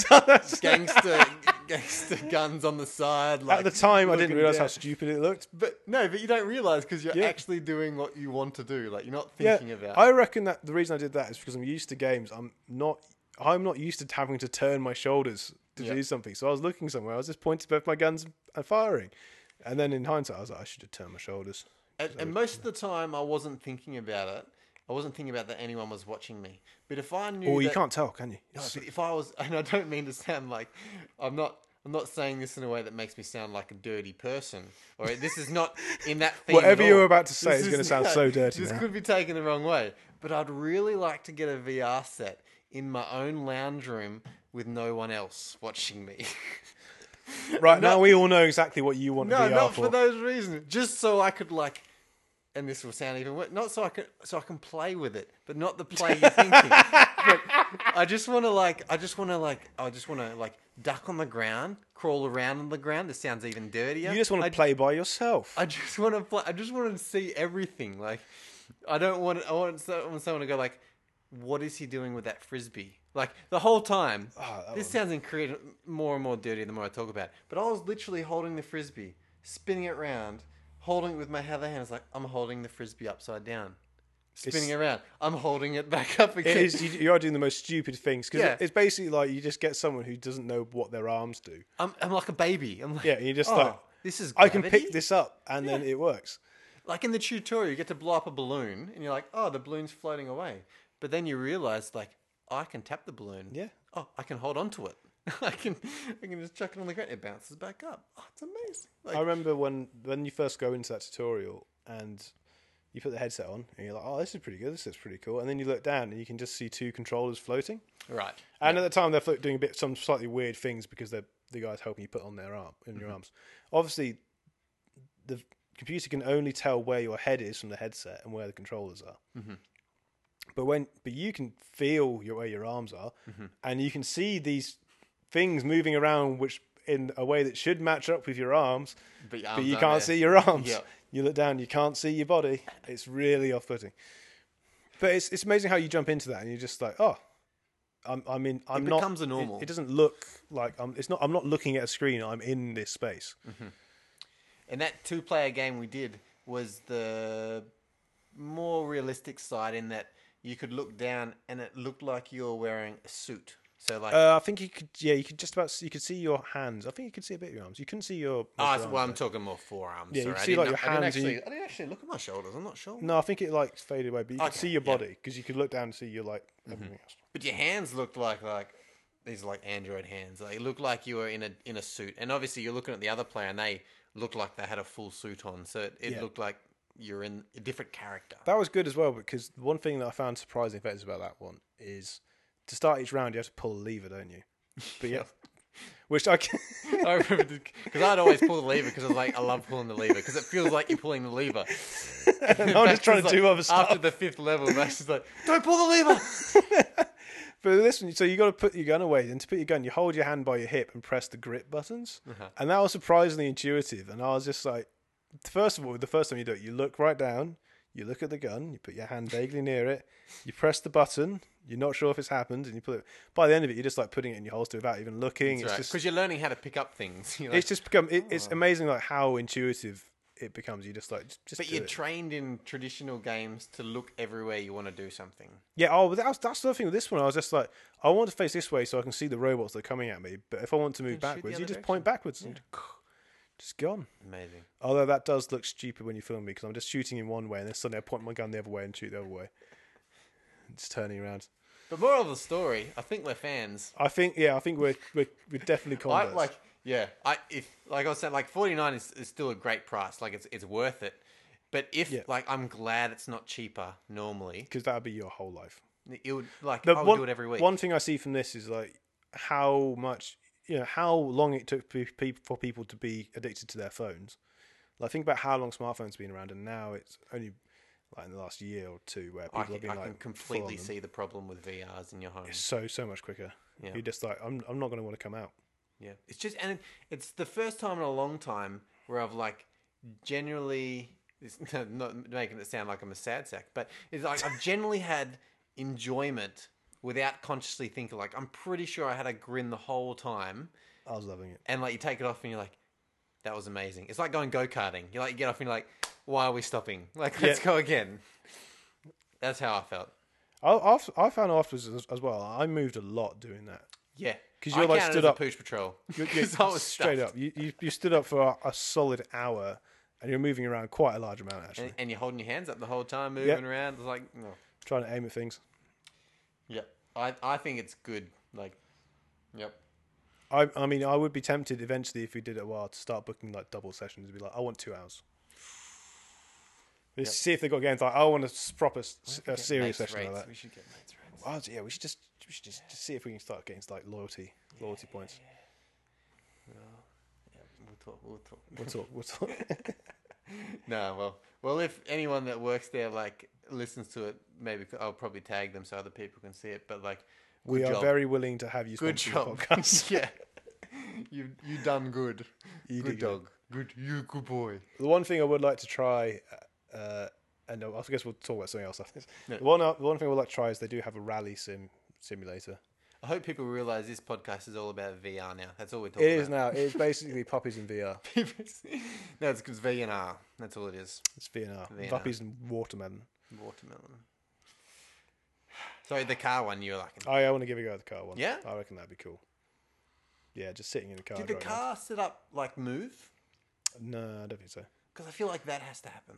gangster, gangster guns on the side. Like
At the time, I didn't
looking
realize how
down.
stupid it looked.
But no, but you don't realize because you're
Yeah.
actually doing what you want to do. Like you're not
Yeah,
thinking about.
I reckon that the reason I did that is because I'm used to games. I'm not. I'm not used to having to turn my shoulders to
Yeah.
do something. So I was looking somewhere. I was just pointing both my guns and firing. And then in hindsight, I was like, I should have turned my shoulders.
And, and most of the time, I wasn't thinking about it. I wasn't thinking about that anyone was watching me. But if I knew,
Or you
that-
can't tell, can you?
No, but if I was, and I don't mean to sound like I'm not. I'm not saying this in a way that makes me sound like a dirty person. Or this is not in that thing.
Whatever
at
you were
all.
about to say is gonna
not-
sound so dirty
This
now.
could be taken the wrong way. But I'd really like to get a VR set in my own lounge room with no one else watching me.
Right now, we all know exactly what you want
No,
to be
not
VR
for
for.
those reasons. Just so I could like, and this will sound even worse. Not so I can, so I can play with it, but not the play you're thinking. But I just want to like, I just want to like, I just want to like duck on the ground, crawl around on the ground. This sounds even dirtier.
you just want
I,
to play by yourself.
I just want to play. I just want to see everything. Like, I don't want. I want so- I want someone to go like, what is he doing with that frisbee? Like the whole time.
Ah, that
this sounds incre- more and more dirty the more I talk about. it. But I was literally holding the frisbee, spinning it round, holding it with my other hand. It's like I'm holding the frisbee upside down,
It's-
spinning it around. I'm holding it back up again.
it is, you, you are doing the most stupid things because
Yeah.
it's basically like you just get someone who doesn't know what their arms do.
I'm, I'm like a baby. I'm like,
Yeah, you're just
"Oh,
like,
this is.
I can
gravity?"
pick this up and then it works.
like in the tutorial, you get to blow up a balloon, and you're like, oh, the balloon's floating away. But then you realize, like, "Oh, I can tap the balloon.
Yeah.
Oh, I can hold on to it. I can, I can just chuck it on the ground. It bounces back up. Oh, it's amazing. Like,
I remember when when you first go into that tutorial and you put the headset on and you're like, oh, this is pretty good. This is pretty cool. And then you look down and you can just see two controllers floating.
right.
And at the time, they're flo- doing a bit some slightly weird things because they're the guys helping you put on their arm in
Mm-hmm.
your arms. Obviously, the
Mm-hmm.
computer can only tell where your head is from the headset and where the controllers are. But when but you can feel your, where your arms are,
Mm-hmm.
and you can see these things moving around, which in a way that should match up with your arms,
But, your
but
arms
you
aren't
can't
there.
see your arms.
Yeah.
You look down, you can't see your body. It's really off-putting. But it's it's amazing how you jump into that and you're just like, oh, I'm I'm in. I'm not.
becomes a normal.
It, it doesn't look like I'm. It's not. I'm not looking at a screen. I'm in this space.
Mm-hmm. And that two player game we did was the more realistic side in that you could look down and it looked like you were wearing a suit. So like
Uh, I think you could. Yeah, you could just about. see- You could see your hands. I think you could see a bit of your arms. You couldn't see your.
Ah,
most
so-
your
well,
arms,
I'm talking more forearms.
Yeah, you
sorry.
can
I
see,
didn't
like,
know-
your
I didn't
hands and
actually,
you-
I didn't actually look at my shoulders. I'm not sure.
though. No, I think it like faded away, but you could
Okay,
see your
yeah. Mm-hmm.
body because you could look down and see your like everything else.
But your hands looked like like these like Android hands. They looked like you were in a in a suit. And obviously, you're looking at the other player, and they looked like they had a full suit on. So it, it
Yeah.
looked like you're in a different character.
That was good as well because one thing that I found surprising effects about that one is to start each round you have to pull a lever, don't you? But yeah, which I can.
I remember because I'd always pull the lever because I was like, I love pulling the lever because it feels like you're pulling the lever.
I'm just trying to
Max was
do
like-
other stuff.
After the fifth level, Max is like, "Don't pull the lever."
But this one, so you got to put your gun away, and to put your gun, you hold your hand by your hip and press the grip buttons,
Uh-huh.
and that was surprisingly intuitive. And I was just like, first of all, the first time you do it, you look right down, you look at the gun, you put your hand vaguely near it, you press the button, you're not sure if it's happened, and you pull it. By the end of it, you're just like putting it in your holster without even looking.
Because
it's just,
you're learning how to pick up things. You're like-
it's just become, it,
Oh.
it's amazing like how intuitive it becomes. You just like, just, just
but
do
you're
it.
trained in traditional games to look everywhere you want to do something.
Yeah, oh, but that was, that's the other thing with this one. I was just like, I want to face this way so I can see the robots that are coming at me. But if I want to move
shoot the
backwards,
other
you just point backwards and just gone.
Amazing.
Although that does look stupid when you film me because I'm just shooting in one way and then suddenly I point my gun the other way and shoot the other way. It's turning around.
But moral of the story, I think we're fans.
I think, yeah, I think we're we're, we're definitely
I
converts.
like, yeah. I if like I was saying, like forty nine is, is still a great price. Like it's it's worth it. But if
Yeah.
like I'm glad it's not cheaper normally.
because that would be your whole life.
It would like
The
I would
one,
do it every week.
One thing I see from this is like how much you know how long it took pe- pe- for people to be addicted to their phones. Like think about how long smartphones have been around, and now it's only like in the last year or two where people
I
have
can,
been
I
like
can
full on
completely
them.
see the problem with VRs in your home.
so so much quicker.
Yeah.
You're just like I'm I'm not going to want to come out.
Yeah, it's just and it- it's the first time in a long time where I've like generally it's not making it sound like I'm a sad sack, but it's like I've generally had enjoyment without consciously thinking. Like I'm pretty sure I had a grin the whole time,
I was loving it.
and like you take it off and you're like, that was amazing. It's like going go karting. You like you get off and you're like, why are we stopping? Like let's go again. That's how I felt.
I I've, I found afterwards as, as well. I moved a lot doing that.
Yeah,
'Cause
I
you're, like,
counted
stood
as a
up-
pooch patrol.
You- you-
Because I was
straight
stuffed.
up. You, you you stood up for a, a solid hour, and you're moving around quite a large amount actually,
and, and you're holding your hands up the whole time, moving around. It's like, no.
trying to aim at things.
Yep. I, I think it's good. Like, yep.
I, I mean, I would be tempted eventually if we did it a while to start booking like double sessions and be like, I want two hours. Let's see if they got games like I want a s- proper s- a serious
Mates
session
rates.
like that.
We should get mates rates.
Oh, yeah, we should just we should just, just see if we can start getting like loyalty loyalty points.
We'll talk. We'll talk.
We'll talk. We'll talk.
no, well, well, if anyone that works there like listens to it, maybe c- I'll probably tag them so other people can see it. But like, good
we are
job.
very willing to have you.
good
sponsor
job.
The podcast.
yeah. You you done good.
You
good
did good.
dog. Good you good boy.
The one thing I would like to try, uh, and I guess we'll talk about something else after this. The one uh, the one thing I would like to try is they do have a rally sim simulator.
I hope people realize this podcast is all about VR now. That's all we're talking
It is
about.
now. It is basically puppies in VR.
no, it's because VR. That's all it is.
It's VNR.
VNR.
Puppies and watermelon.
Watermelon. Sorry, the car one you were like.
Oh, I, I want to give a go at the car one.
Yeah?
I reckon that'd be cool. Yeah, just sitting in a car.
Did the
driving.
car set up like move?
No, I don't think so.
Because I feel like that has to happen.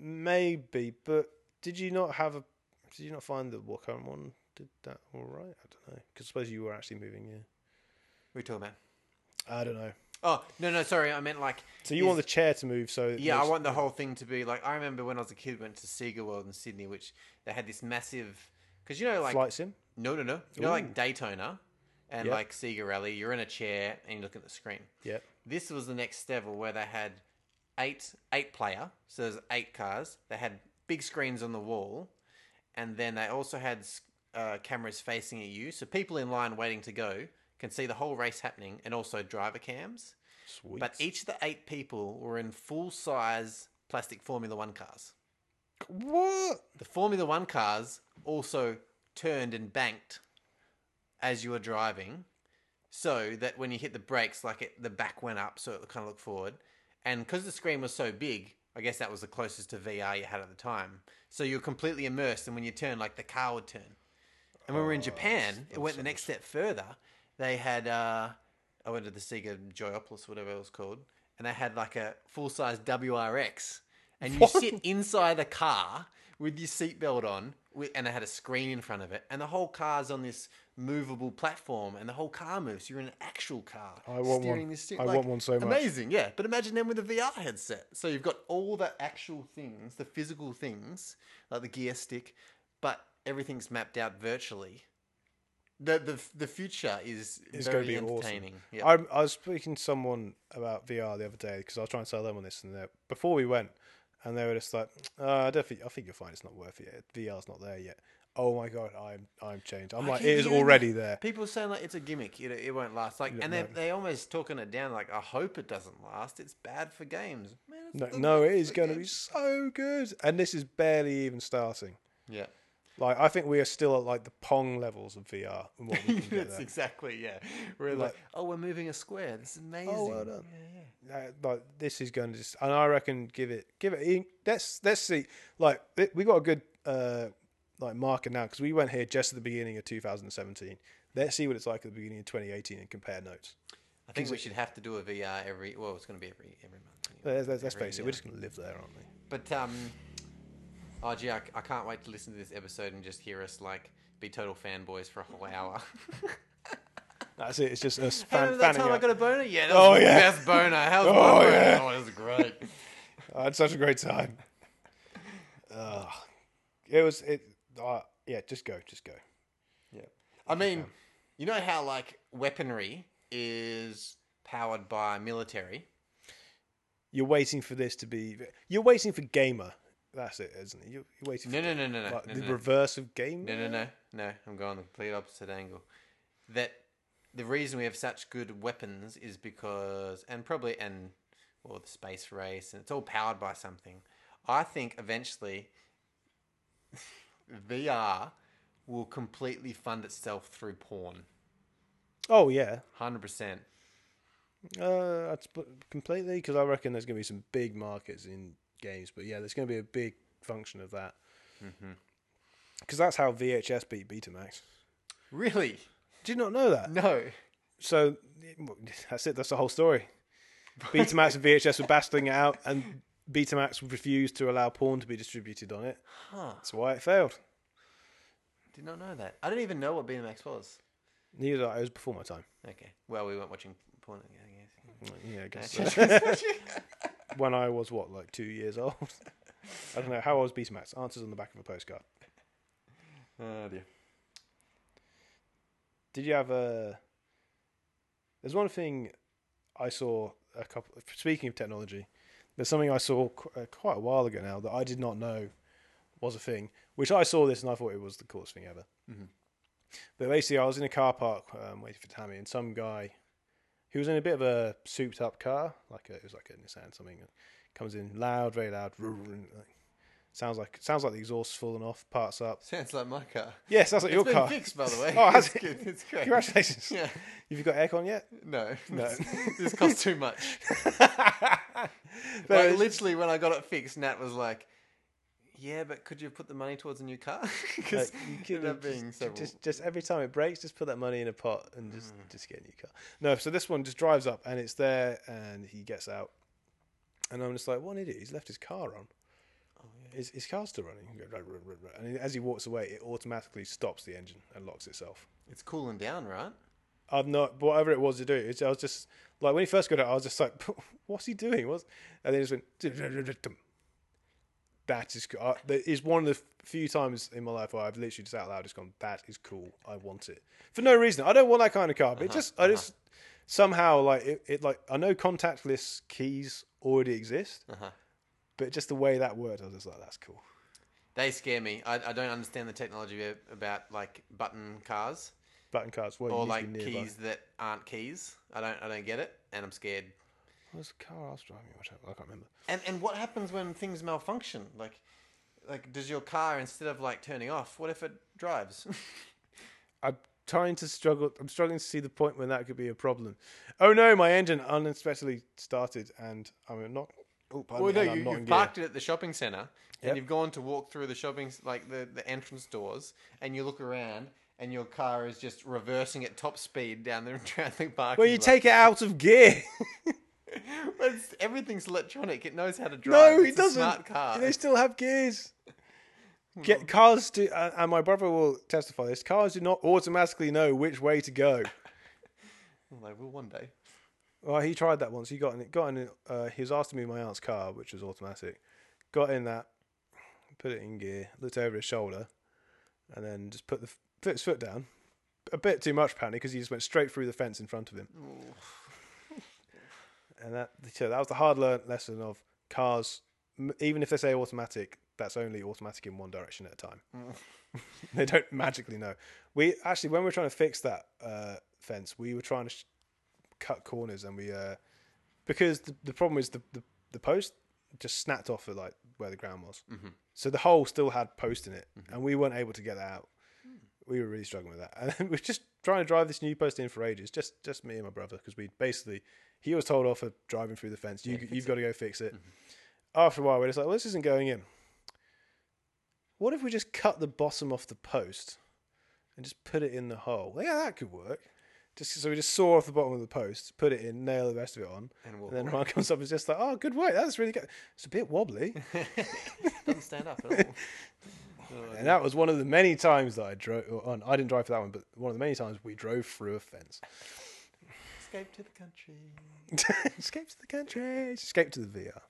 Maybe, but did you not have a? Did you not find the what current one did that all right? I don't know. Because suppose you were actually moving. Yeah,
What are you talking about?
I don't know.
Oh no, no, sorry, I meant like.
So you
is-
want the chair to move? So it
Yeah, I
makes-
want the whole thing to be like. I remember when I was a kid, went to Sega World in Sydney, which they had this massive. Because you know, like
flight sim.
no, no, no, you know, like Daytona, and
Yeah.
like Sega Rally, you're in a chair and you look at the screen.
Yeah,
This was the next level where they had eight eight player, so there's eight cars. They had big screens on the wall, and then they also had uh, cameras facing at you, so people in line waiting to go can see the whole race happening, and also driver cams.
Sweet.
But each of the eight people were in full size plastic Formula One cars.
what?
The Formula One cars also turned and banked as you were driving, so that when you hit the brakes, like it, the back went up, so it kind of looked forward. And because the screen was so big, I guess that was the closest to VR you had at the time. So you were completely immersed, and when you turned, like the car would turn. And when we were
Oh,
in Japan, it went the next step further. They had, uh, I went to the Sega Joyopolis, whatever it was called, and they had like a full size WRX. And you sit inside a car with your seatbelt on, wi- and they had a screen in front of it, and the whole car's on this movable platform, and the whole car moves. You're in an actual car.
I want
steering
one.
This steer-
I want one so much.
Amazing, yeah. But imagine them with a VR headset. So you've got all the actual things, the physical things, like the gear stick, but everything's mapped out virtually. The the the future is
It's
very
going to be
entertaining.
awesome.
Yeah.
I'm, I was speaking to someone about VR the other day because I was trying to sell them on this, and they're- before we went, and they were just like, uh, "I don't think I think you're fine. It's not worth it. VR's not there yet." Oh my god, I'm I'm changed. I'm
I
like,
keep
it is
hearing
already
that.
there.
People saying like it's a gimmick, it, it won't last. Like, and they
no.
they almost talking it down. Like, I hope it doesn't last. It's bad for games. Man, it's
No,
not
no,
good
it is
for
going to be
games.
so good, and this is barely even starting.
Yeah,
Like, I think we are still at like the Pong levels of VR. And what we can get
that's
there.
exactly yeah. We're like, oh, we're moving a square. This is amazing.
Oh, well done. Uh, like this is going to just, and I reckon give it, give it. in- Let's let's see. Like th- we got a good uh like marker now because we went here just at the beginning of 2017. Let's see what it's like at the beginning of 2018 and compare notes.
I think we should have to do a VR every. Well, it's going to be every every month. anyway.
Let's, let's, let's
Every
face it,
year.
we're just going to live there, aren't we?
But um, oh gee, I, I can't wait to listen to this episode and just hear us like be total fanboys for a whole hour.
That's it. It's just us fan,
Remember that
fanning
time I
out.
got a boner? Yeah, that
Oh,
was the
yeah.
best boner. How was
Oh,
my boner?
yeah.
Oh, it was great.
I had such a great time. Ugh. it was it. Uh, yeah, just go, just go.
yeah, I mean, you know how like weaponry is powered by military.
You're waiting for this to be. You're waiting for gamer. That's it, isn't it? You're, you're waiting
No,
for
no, no, no, no,
like,
no,
the
no, no.
reverse of gamer.
No, no, no, no. I'm going the complete opposite angle. That the reason we have such good weapons is because, and probably, and well, the space race, and it's all powered by something. I think eventually, VR will completely fund itself through porn.
Oh yeah,
Hundred percent.
uh, I'd sp- completely because I reckon there's going to be some big markets in games, but yeah, there's going to be a big function of that. Because that's how VHS beat Betamax.
Really?
Did you not know that?
No.
So that's it. That's the whole story. Betamax and VHS were battling it out, and Betamax refused to allow porn to be distributed on it.
Huh.
That's why it failed.
Did not know that. I didn't even know what BMX was.
Neither did I. It was before my time.
Okay. Well, we weren't watching porn. I
Yeah, I guess
guess.
when I was what, like two years old. I don't know how old was Betamax. Answers on the back of a postcard.
oh dear.
Did you have a? There's one thing I saw a couple. Speaking of technology, there's something I saw qu- uh, quite a while ago now that I did not know was a thing. Which I saw this and I thought it was the coolest thing ever. But basically, I was in a car park um, waiting for Tammy, and some guy who was in a bit of a souped-up car, like a, it was like a Nissan something, comes in loud, very loud. Sounds like sounds like the exhaust's fallen off, parts up.
Sounds like my car.
Yes, that's like
It's
your
been
car.
fixed, by the way.
Oh, has
it's
it?
good. It's great.
Congratulations.
Yeah.
Have you got aircon yet?
No,
No.
this cost too much.
There
like
is-
literally, when I got it fixed, Nat was like, "Yeah, but could you put the money towards a new car?" Because
Like, you
ended
could
up
have
being
just,
several. Mm.
just just every time it breaks, just put that money in a pot and just just get a new car. No, so this one just drives up and it's there, and he gets out, and I'm just like, what an idiot! He's left his car on.
Oh,
His, his car's still running, and as he walks away, it automatically stops the engine and locks itself.
It's cooling down, right?
I've not whatever it was to do. It's, I was just like when he first got it, I was just like, "What's he doing?" What's and then it just went. That is cool. I- That is one of the few times in my life where I've literally just out loud just gone, "That is cool. I want it." For no reason. I don't want that kind of car, but it
Uh-huh,
just I just somehow like it, it. Like I know contactless keys already exist,
Uh huh.
but just the way that worked, I was just like, "That's cool."
They scare me. I, I don't understand the technology a- about like button cars
Button cards. Well,
or
usually
like
nearby.
keys that aren't keys. I don't I don't get it, and I'm scared.
What was the car I was driving? What happened? I can't remember.
And and what happens when things malfunction? Like like does your car instead of like turning off, what if it drives?
I'm trying to struggle. I'm struggling to see the point when that could be a problem. Oh no, my engine unexpectedly started, and I'm not. Oh, pardon
well,
me,
no,
and
you,
I'm not
you've
in gear.
parked it at the shopping center,
Yep.
and you've gone to walk through the shopping s- like the the entrance doors, and you look around. And your car is just reversing at top speed down the down the parking.
Well, you
lot.
take it out of gear.
But it's, everything's electronic. It knows how to drive.
no, it
It's a
doesn't.
Smart car.
They still have gears. Get cars do, uh, and my brother will testify this. Cars do not automatically know which way to go.
Well, they will one day.
Well, he tried that once. He got in. Got in. Uh, he was asked to move my aunt's car, which was automatic. Got in that, put it in gear, looked over his shoulder, and then just put the f- put his foot down. A bit too much, apparently, because he just went straight through the fence in front of him. and that so that was the hard learned lesson of cars. m- Even if they say automatic, that's only automatic in one direction at a time. they don't magically know. We actually, when we were trying to fix that uh, fence, we were trying to sh- cut corners and we uh because the, the problem is the, the the post just snapped off at like where the ground was mm-hmm. so the hole still had post in it and we weren't able to get that out we were really struggling with that and we were just trying to drive this new post in for ages just just me and my brother because we basically he was told off for driving through the fence you, you've got to go fix it Mm-hmm. after a while we're just like well this isn't going in what if we just cut the bottom off the post and just put it in the hole yeah that could work just so we just saw off the bottom of the post, put it in, nail the rest of it on,
And
and,
walk
then Ryan comes up and is just like, "Oh, good work, that's really good." It's a bit wobbly,
Doesn't stand up at all.
and that was one of the many times that I drove. On I didn't drive for that one, but one of the many times we drove through a fence.
Escape to the country.
escape to the country, escape to the VR.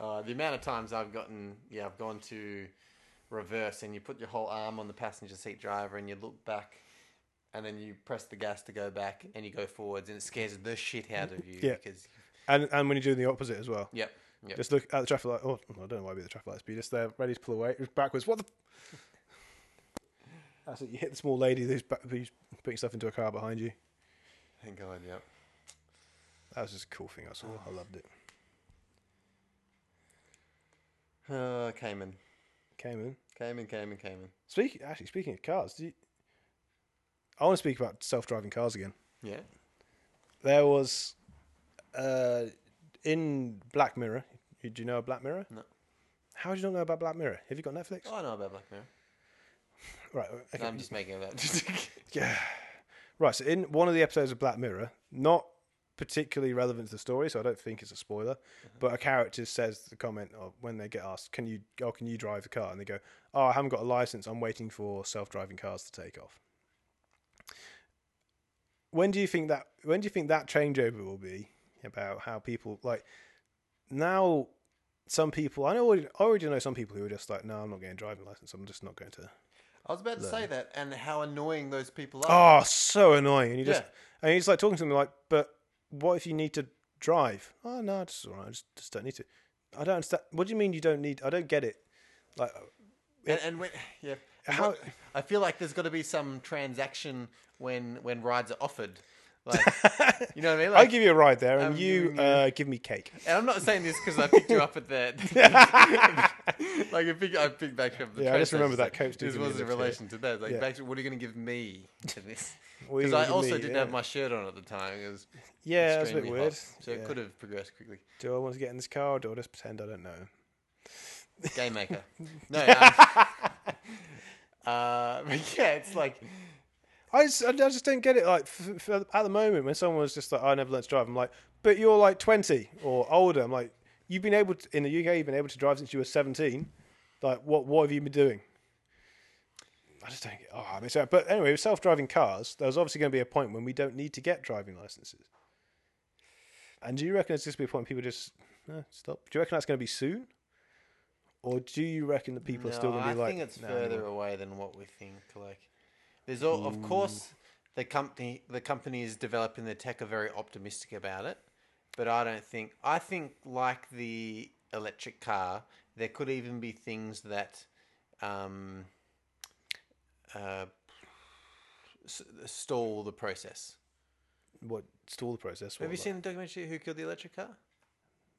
Uh, the amount of times I've gotten, yeah, I've gone to reverse and you put your whole arm on the passenger seat driver and you look back and then you press the gas to go back and you go forwards and it scares the shit out of you.
Yeah.
Because,
And and when you're doing the opposite as well,
yep. Yep.
just look at the traffic light. Oh, I don't know why it'd be the traffic lights, but you're just there, ready to pull away backwards. What the? That's it. You hit the small lady who's, back, who's putting stuff into a car behind you.
Thank God, yep.
That was just a cool thing I saw. I loved it.
Uh, Cayman.
Came in.
Cayman, Cayman, Cayman.
Speak actually speaking of cars, do you, I want to speak about self-driving cars again.
Yeah.
There was uh, in Black Mirror. Do you know of Black Mirror?
No.
How do you not know about Black Mirror? Have you got Netflix?
Oh, I know about Black Mirror.
Right.
No,
Okay.
I'm just making it up.
Yeah. Right. So in one of the episodes of Black Mirror, not particularly relevant to the story, so I don't think it's a spoiler. But a character says the comment of when they get asked, "Can you? Oh, can you drive the car?" And they go, "Oh, I haven't got a license. I'm waiting for self-driving cars to take off." When do you think that? When do you think that changeover will be about how people like now? Some people I know already, I already know some people who are just like, "No, I'm not getting a driving license. I'm just not going to."
I was about to say that and how annoying those people are.
Oh, so annoying. And you just
Yeah.
and he's like talking to them like, but what if you need to drive? Oh no, it's all right. I just, just don't need to. I don't understand. What do you mean you don't need? I don't get it. Like,
and, and when, yeah, And
How-
what- I feel like there's got to be some transaction when when rides are offered, like you know what I mean.
I
Like,
give you a ride there, and
I'm
you
giving you-
uh, give me cake.
and I'm not saying this because I picked you up at the like a big I picked back up. at The
Yeah, I
train
just remember
station,
that Coach did
This
give me a
was in
lift, yeah.
relation to that. Like,
Yeah.
back to, what are you going to give me to this?
What are you
Because
gonna
I
give
also
me?
didn't
Yeah.
have my shirt on at the time. It was
Yeah, that's a bit
extremely
weird.
hot, so
Yeah.
it could have progressed quickly.
Do I want to get in this car, or do I just pretend I don't know?
Game Maker. No. Um, uh, but yeah, it's like.
I just, I just don't get it. Like f- f- at the moment, when someone was just like, "I never learned to drive," I'm like, "But you're like 20 or older." I'm like, "You've been able to in the UK, you've been able to drive since you were 17. Like, what what have you been doing?" I just don't get. Oh, I miss out. But anyway, with self-driving cars, there's obviously going to be a point when we don't need to get driving licenses. And do you reckon there's just be a point when people just eh, stop? Do you reckon that's going to be soon, or do you reckon that people are still
No,
going to be
I
like,
think it's
"Nah,
further away than what we think. Like, there's all,
Mm.
of course, the company, the companies developing the tech are very optimistic about it, but I don't think. I think like the electric car, there could even be things that um, uh, s- stall the process.
What stall the process? What,
Have you
like-
seen the documentary "Who Killed the Electric Car"?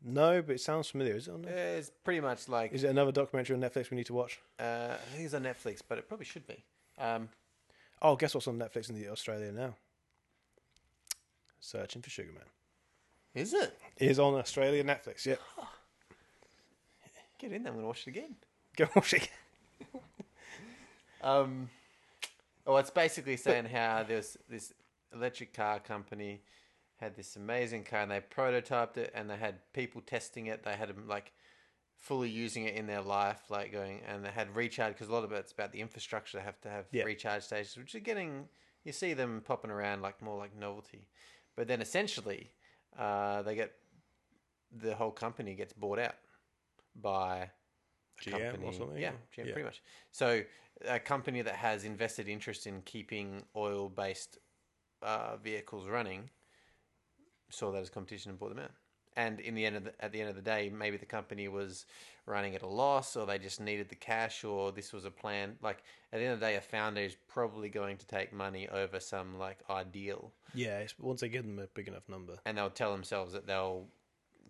No, but it sounds familiar. Is it on?
Yeah, It's pretty much like
Is it another documentary on Netflix we need to watch?
uh, I think it's on Netflix, but it probably should be. Um,
Oh, guess what's on Netflix in the Australia now? Searching for Sugar Man.
is it?
It is on Australia Netflix. Yep.
Get in there. I'm gonna watch it again.
Go watch it.
Um, oh, it's basically saying how there's this electric car company had this amazing car and they prototyped it and they had people testing it. They had them like fully using it in their life, like going and they had recharge because a lot of it's about the infrastructure. They have to have
Yeah.
recharge stations, which are getting you see them popping around like more like novelty. But then essentially, uh, they get the whole company gets bought out by a
GM or something,
Yeah,
or-
GM,
yeah.
pretty much. So a company that has invested interest in keeping oil-based uh, vehicles running saw that as competition and bought them out. And in the end of the, at the end of the day, maybe the company was running at a loss, or they just needed the cash, or this was a plan. Like at the end of the day, a founder is probably going to take money over some like ideal,
Yeah, it's, once they give them a big enough number.
and they'll tell themselves that they'll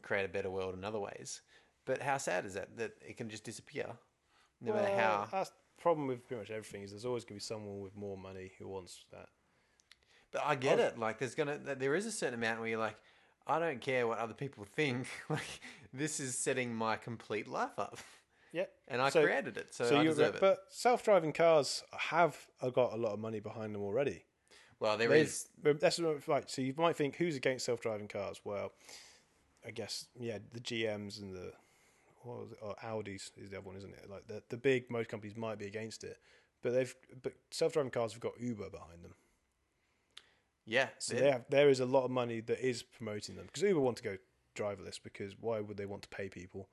create a better world in other ways. But how sad is that that it can just disappear, no matter how.
That's the problem with pretty much everything is there's always going to be someone with more money who wants that.
But I
oh.
get it. Like, there's gonna th- there is a certain amount where you're like, I don't care what other people think. like, this is setting my complete life up,
Yeah.
and I
So-
created it, so,
So
I
you,
deserve it.
but self-driving cars have uh, got a lot of money behind them already.
Well, there
They've-
is.
but That's what- right. So you might think, who's against self-driving cars? Well, I guess yeah, the GMs and the what was it? Or Audis is the other one, isn't it? Like the the big motor companies might be against it, but they've but self-driving cars have got Uber behind them,
Yeah,
so
there-
they have, there is a lot of money that is promoting them because Uber want to go driverless because why would they want to pay people?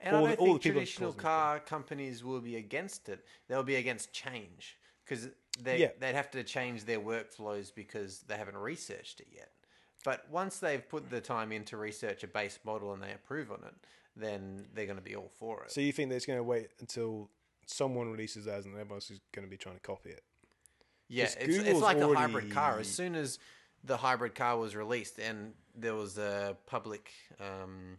And
all
I
the-
don't
all
think
the people that
traditional
cause them
car companies will be against it. They'll be against change because they
Yeah.
they'd have to change their workflows because they haven't researched it yet. But once they've put the time in to research a base model and they approve on it, then they're going to be all for it.
So you think that it's going to wait until someone releases theirs and everyone else is going to be trying to copy it?
Yeah,
'Cause
it's, it's
Google's
like the hybrid car.
already-
As soon as the hybrid car was released, and there was a public, um,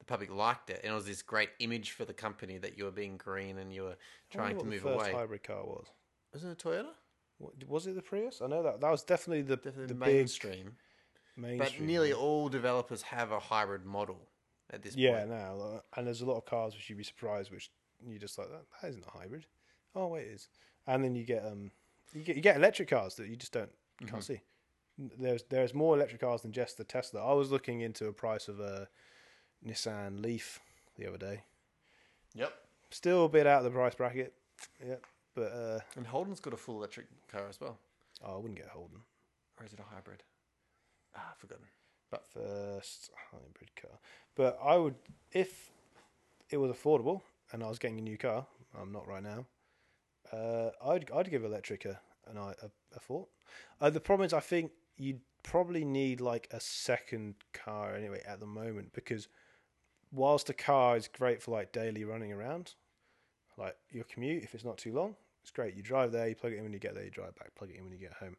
the public liked it, and it was this great image for the company that you were being green and you were
I wonder
trying to
what
move
the first
away.
hybrid car was.
Wasn't it Toyota?
What, was it the Prius? I know that that was definitely the
Definitely
the big
mainstream.
mainstream.
But nearly all developers have a hybrid model at this
yeah,
point.
now like, and there's a lot of cars which you'd be surprised, which you just like that that isn't a hybrid. Oh wait, it is. And then you get um you get you get electric cars that you just don't can't see. There's there's more electric cars than just the Tesla. I was looking into a price of a Nissan Leaf the other day.
Yep.
Still a bit out of the price bracket. Yep. But uh,
And Holden's got a full electric car as well.
oh, I wouldn't get a Holden.
Or is it a hybrid? Ah, I've forgotten.
first hybrid car. But I would, if it was affordable and I was getting a new car, I'm not right now. Uh, I'd I'd give electric a an I a, a thought. Uh, the problem is, I think you'd probably need like a second car anyway at the moment because whilst a car is great for like daily running around, like your commute if it's not too long, it's great. You drive there, you plug it in when you get there, you drive back, plug it in when you get home.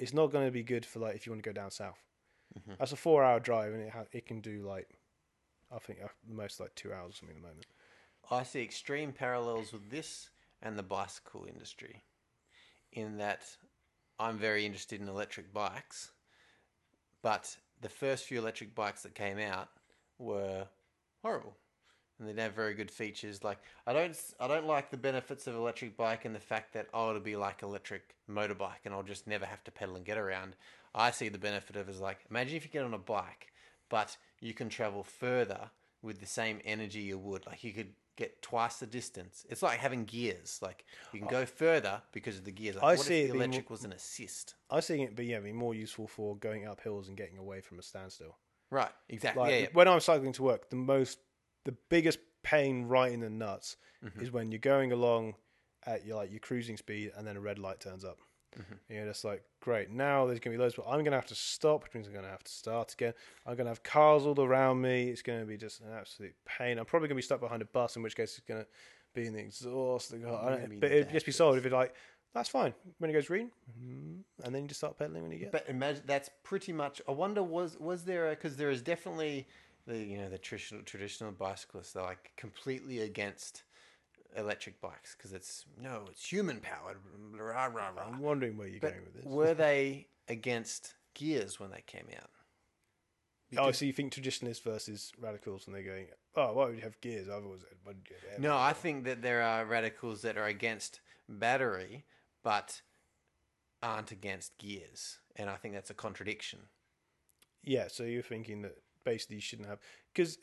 It's not going to be good for like if you want to go down south. That's a four hour drive, and it ha- it can do like, I think uh, the most like two hours or something at the moment.
I see extreme parallels with this and the bicycle industry in that I'm very interested in electric bikes, but the first few electric bikes that came out were horrible. And they didn't have very good features. Like I don't, I don't like the benefits of electric bike and the fact that oh, it'll be like electric motorbike, and I'll just never have to pedal and get around. I see the benefit of is like imagine if you get on a bike, but you can travel further with the same energy you would. Like you could get twice the distance. It's like having gears. Like you can go further because of the gears. Like,
I
what
see it
if the
being more-
electric was an assist.
I was thinking it'd be yeah, be more useful for going up hills and getting away from a standstill.
Right. Exactly.
Like
yeah, yeah.
when I'm cycling to work, the most, the biggest pain right in the
Mm-hmm.
nuts is when you're going along at your like your cruising speed and then a red light turns up.
Mm-hmm.
You know, that's like great. Now there's gonna be loads, but I'm gonna have to stop, which means I'm gonna have to start again. I'm gonna have cars all around me. It's gonna be just an absolute pain. I'm probably gonna be stuck behind a bus, in which case it's gonna be in the exhaust. The car. I don't-
mean,
but it'd just be sold if it like that's fine when it goes green, mhm, and then you just start pedaling when you get.
But imagine that's pretty much. I wonder was was there because there is definitely the you know the traditional traditional bicyclists are like completely against electric bikes because it's no it's human powered. Rah, rah, rah.
I'm wondering where you're
But
going with this.
were they against gears when they came out?
oh, so you think traditionalists versus radicals, and they're going, oh, why would you have gears? I've always had one gear. Yeah,
No, I think that there are radicals that are against battery but aren't against gears, and I think that's a contradiction.
Yeah, so you're thinking that basically you shouldn't have because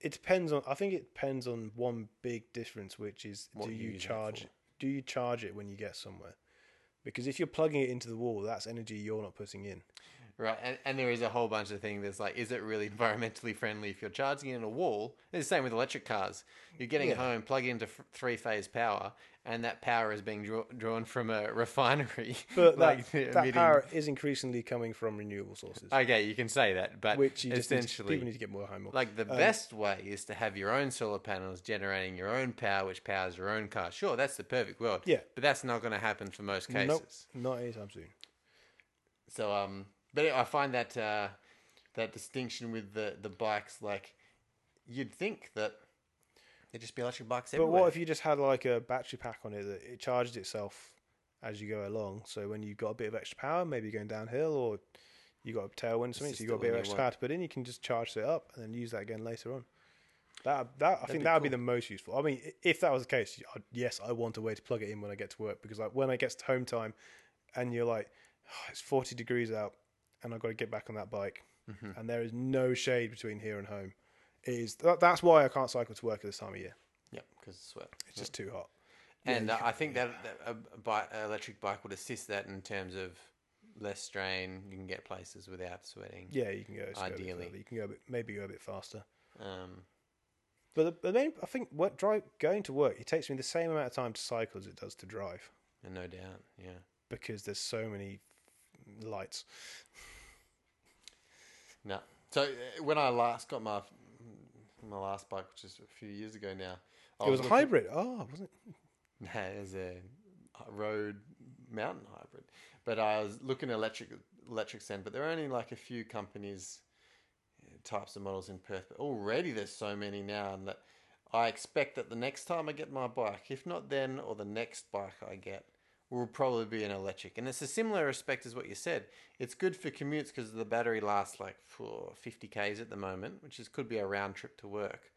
it depends on. I think it depends on one big difference, which is
What
do
you
you
use it
charge
for.
do you charge it when you get somewhere? Because if you're plugging it into the wall, that's energy you're not putting in.
Right, and, and there is a whole bunch of things. There's like, is it really environmentally friendly if you're charging it in a wall? It's the same with electric cars. You're getting
Yeah.
home, plug it into f- three phase power, and that power is being draw- drawn from a refinery.
But
like,
that, that
emitting-
power is increasingly coming from renewable sources,
Okay, you can say that, but
which you just um, need to-
essentially,
people need to get more high more.
like the best way is to have your own solar panels generating your own power, which powers your own car. Sure, that's the perfect world.
Yeah.
but that's not going to happen for most cases.
nope, not anytime soon.
So um, but I find that uh, that distinction with the the bikes, like you'd think that they'd just be electric bikes
But
everywhere.
what if you just had like a battery pack on it that it charged itself as you go along? So when you've got a bit of extra power, maybe you're going downhill or you got a tailwind, or something,
just
so you got a
the
bit of
one you
extra
want.
power to put in, you can just charge it up and then use that again later on. That that I think
be
that would be
cool.
the most useful. I mean, i- if that was the case, I'd, yes, I want a way to plug it in when I get to work because like when I get to home time, and you're like, "Oh, it's forty degrees out, and I've got to get back on that bike,
Mm-hmm.
and there is no shade between here and home. It is that, that's why I can't cycle to work at this time of year.
Yep, because sweat.
It's just too hot.
and uh, I think that, that a bike, an electric bike would assist that in terms of less strain. You can get places without sweating.
Yeah, you can go. just go a bit
Ideally.
further. you can go a bit, maybe go a bit faster.
Um,
But the, the main, I think, what drive going to work, it takes me the same amount of time to cycle as it does to drive
and no doubt, yeah.
because there's so many lights.
No. So uh, when I last got my my last bike, which is a few years ago now, I
It was a
looking-
hybrid. Oh, wasn't it?
No, it was a road mountain hybrid. But I was looking at electric electrics then, but there are only like a few companies uh, types of models in Perth. But already there's so many now, and that I expect that the next time I get my bike, if not then or the next bike I get, will probably be an electric. And it's a similar respect as what you said. It's good for commutes because the battery lasts like for 50 k's at the moment, which is could be a round trip to work.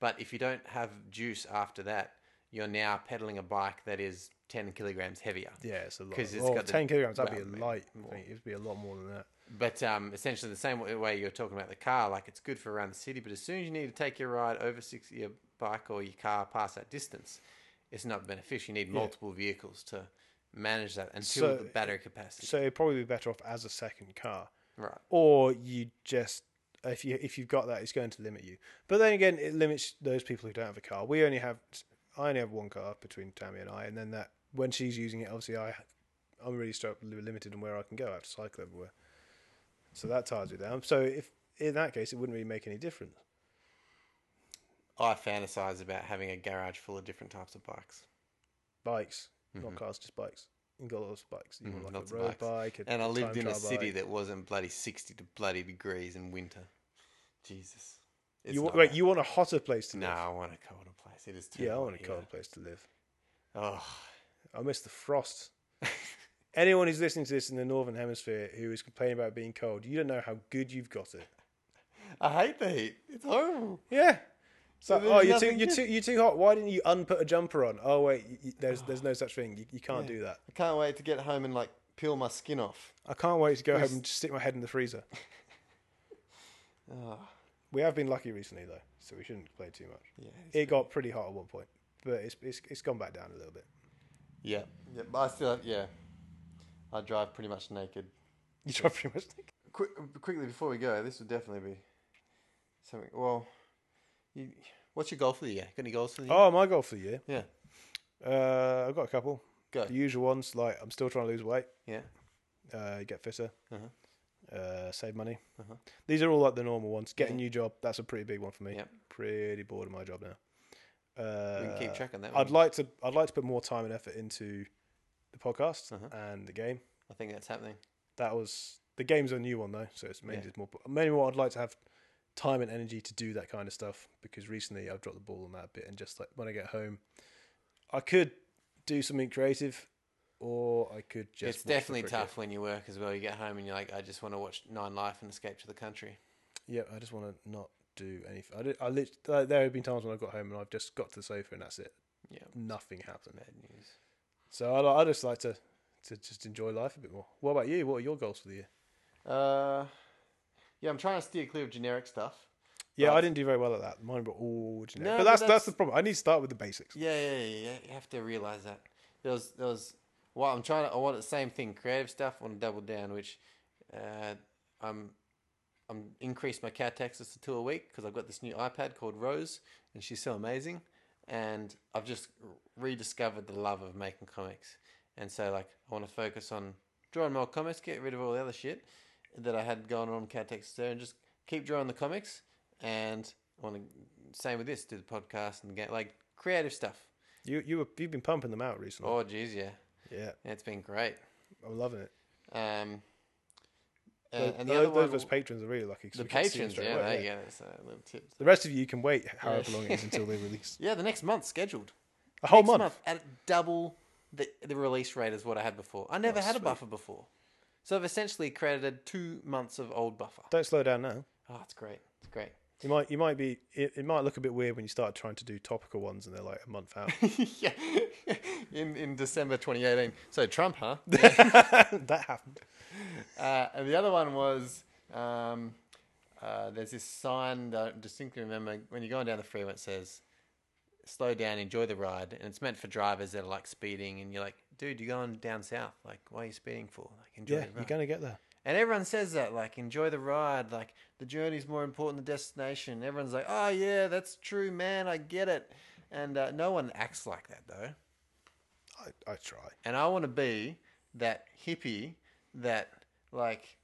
But if you don't have juice after that, you're now pedaling a bike that is 10 kilograms heavier.
Yeah, it's a lot.
'Cause it's
oh,
got the-
10 kilograms, that'd
well,
be
maybe
a light.
more.
I think it'd be a lot more than that.
But um, essentially, the same way- way you're talking about the car, like it's good for around the city, but as soon as you need to take your ride over six, your bike or your car past that distance, it's not beneficial. You need multiple vehicles to manage that
So-
until the battery capacity.
So it'd probably be better off as a second car.
right.
Or you just. If you if you've got that, it's going to limit you. But then again, it limits those people who don't have a car. We only have, I only have one car between Tammy and I, and then that when she's using it, obviously I, I'm really start limited on where I can go. I have to cycle everywhere, so that ties me down. So if in that case, it wouldn't really make any difference.
I fantasize about having a garage full of different types of bikes.
Bikes, not cars, just bikes. You got lots of bikes. You
Mhm,
want like
Mm-hmm. lots
a
of
road
bikes.
bike, a
And I
time
lived in a
trial
city
bike.
that wasn't bloody 60 to bloody degrees in winter. Jesus. It's
you
not
wa- wait,
that-
you want a hotter place to
No,
live?
I want a colder place. It is too
Yeah, I
hot
want a
here.
cold place to live.
Oh,
I miss the frost. Anyone who's listening to this in the northern hemisphere who is complaining about being cold, you don't know how good you've got it.
I hate the heat. It's horrible.
Yeah. It's like,
there's
oh, you're too,
nothing
you're
good.
too, you're too hot. Why didn't you unput a jumper on? Oh wait, y y there's, there's no such thing. You, you can't do that.
I can't wait to get home and like peel my skin off.
I can't wait to go home and just stick my head in the freezer.
Oh,
We have been lucky recently though, so we shouldn't complain too much.
yeah.
It got pretty hot at one point, but it's, it's, it's gone back down a little bit.
Yeah. Yeah, but I still, yeah. I drive pretty much naked.
You try pretty much.
Quick, quickly before we go, this would definitely be something. Well, you, what's your goal for the year? Got any goals for the year?
Oh, my goal for the year.
Yeah.
Uh, I've got a couple.
Go.
The usual ones like I'm still trying to lose weight,
Yeah.
uh, get fitter,
Uh-huh.
uh, save money.
Uh-huh.
These are all like the normal ones. Get
Yeah.
a new job. That's a pretty big one for me.
Yep.
Pretty bored of my job now. Uh,
We can keep track on that.
I'd
one.
like to. I'd like to put more time and effort into the podcast
Uh-huh.
and the game.
I think that's happening.
That was the game's a new one though, so it's mainly
Yeah.
just more. Mainly, what I'd like to have time and energy to do that kind of stuff because recently I've dropped the ball on that a bit, and just like when I get home, I could do something creative, or I could just.
it's
watch the
definitely
cricket.
tough when you work as well. You get home and you're like, I just want to watch Nine Life and escape to the country.
Yeah, I just want to not do anything. I, did, I lit, uh, there have been times when I got home and I've just got to the sofa and that's it.
Yeah.
Nothing happened.
Bad news.
So I, li- I just like to to just enjoy life a bit more. What about you? What are your goals for the year?
Uh, yeah, I'm trying to steer clear of generic stuff.
Yeah,
Well,
I didn't do very well at that. Mine were all generic.
No,
but
but
that's, that's
that's-
the problem. I need to start with the basics.
Yeah, yeah, yeah. yeah. You have to realize that. There was, there was. Well, I'm trying to. I want the same thing. Creative stuff. I want to double down, which, uh, I'm, I'm increased my cat taxes to two a week because I've got this new iPad called Rose, and she's so amazing. And I've just rediscovered the love of making comics, and so like I want to focus on drawing more comics, get rid of all the other shit that I had going on cat taxes there, and just keep drawing the comics. And I want to same with this, do the podcast and get like creative stuff.
You you were, you've been pumping them out recently.
Oh, geez, yeah,
Yeah,
it's been great.
I'm loving it.
Um, uh,
Tho-
and the
tho-
other
those
one,
of us patrons are really lucky. 'cause
the
we can see them
patrons,
straight
yeah,
away,
there you go. That's a little tip.
The rest of you can wait however long it is until they release.
Yeah, the next month scheduled.
A whole
Next
month.
at double the the release rate is what I had before. I never
Oh,
had a
sweet.
buffer before, so I've essentially created two months of old buffer.
Don't slow down now.
Oh, it's great. It's great.
You might you might be it, it might look a bit weird when you start trying to do topical ones and they're like a month out.
yeah, in in December 2018. So Trump, huh?
that happened.
Uh, and the other one was um, uh, there's this sign that I distinctly remember when you're going down the freeway. It says, "Slow down, enjoy the ride," and it's meant for drivers that are like speeding. And you're like, "Dude, you're going down south. Like, why are you speeding for? Like, enjoy
Yeah,
the
you're
ride."
gonna get there.
And everyone says that, like, enjoy the ride. Like, the journey's more important than the destination. Everyone's like, "Oh yeah, that's true, man. I get it." And uh, no one acts like that though.
I, I try.
And I want to be that hippie that like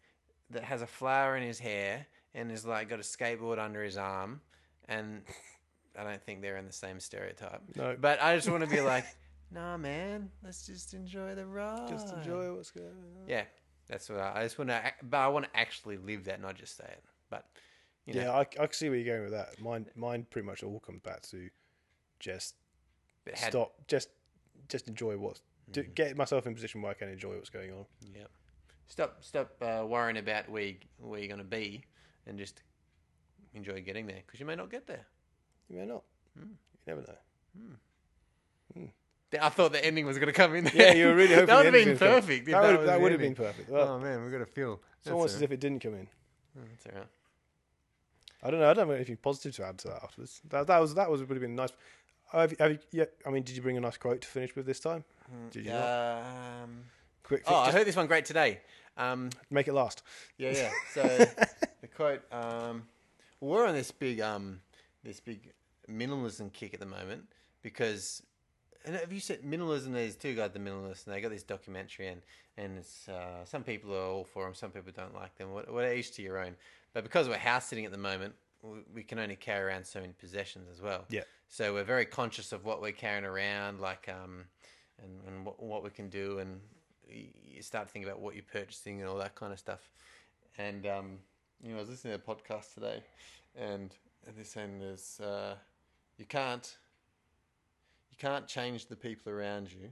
that has a flower in his hair and is like got a skateboard under his arm and I don't think they're in the same stereotype.
No.
But I just want to be like, nah man, let's just enjoy the ride.
Just enjoy what's going on.
Yeah. That's what I, I just want to but I want to actually live that, not just say it. But you know,
Yeah, I, I can see where you're going with that. Mine mine pretty much all comes back to just
but had- Mm.
stop, just just enjoy what's do, get myself in a position where I can enjoy what's going on.
Yeah. Stop stop uh, worrying about where you, where you're going to be and just enjoy getting there because you may not get there.
You may not.
Hmm.
You never know.
I thought the ending was going to come in.
Yeah,
there.
you were really hoping
that would have
the ending
been
was gonna-
perfect. if
That would
was
that
the
would have been
ending.
perfect. Well,
oh man, we got a feel.
it's almost as if it didn't come in.
That's all right.
I don't know. I don't have anything positive to add to that afterwards. That, that was that was would have been nice. Oh, Have, you- have you, yeah, I mean, did you bring a nice quote to finish with this time? Did you not?
uh, Um,
Quick,
oh, I
just
heard this one great today. Um,
make it last.
yeah, yeah. So the quote. Um, we're on this big um, this big minimalism kick at the moment because. And have you said minimalism? There's two guys, the minimalists, and they got this documentary, and and it's uh, some people are all for them, some people don't like them. What, what each to your own. But because we're house sitting at the moment, we, we can only carry around so many possessions as well.
Yeah.
So we're very conscious of what we're carrying around, like um, and and what, what we can do, and y- you start thinking about what you're purchasing and all that kind of stuff. And um, you know, I was listening to a podcast today, and and they're saying there's uh, you can't you can't change the people around you,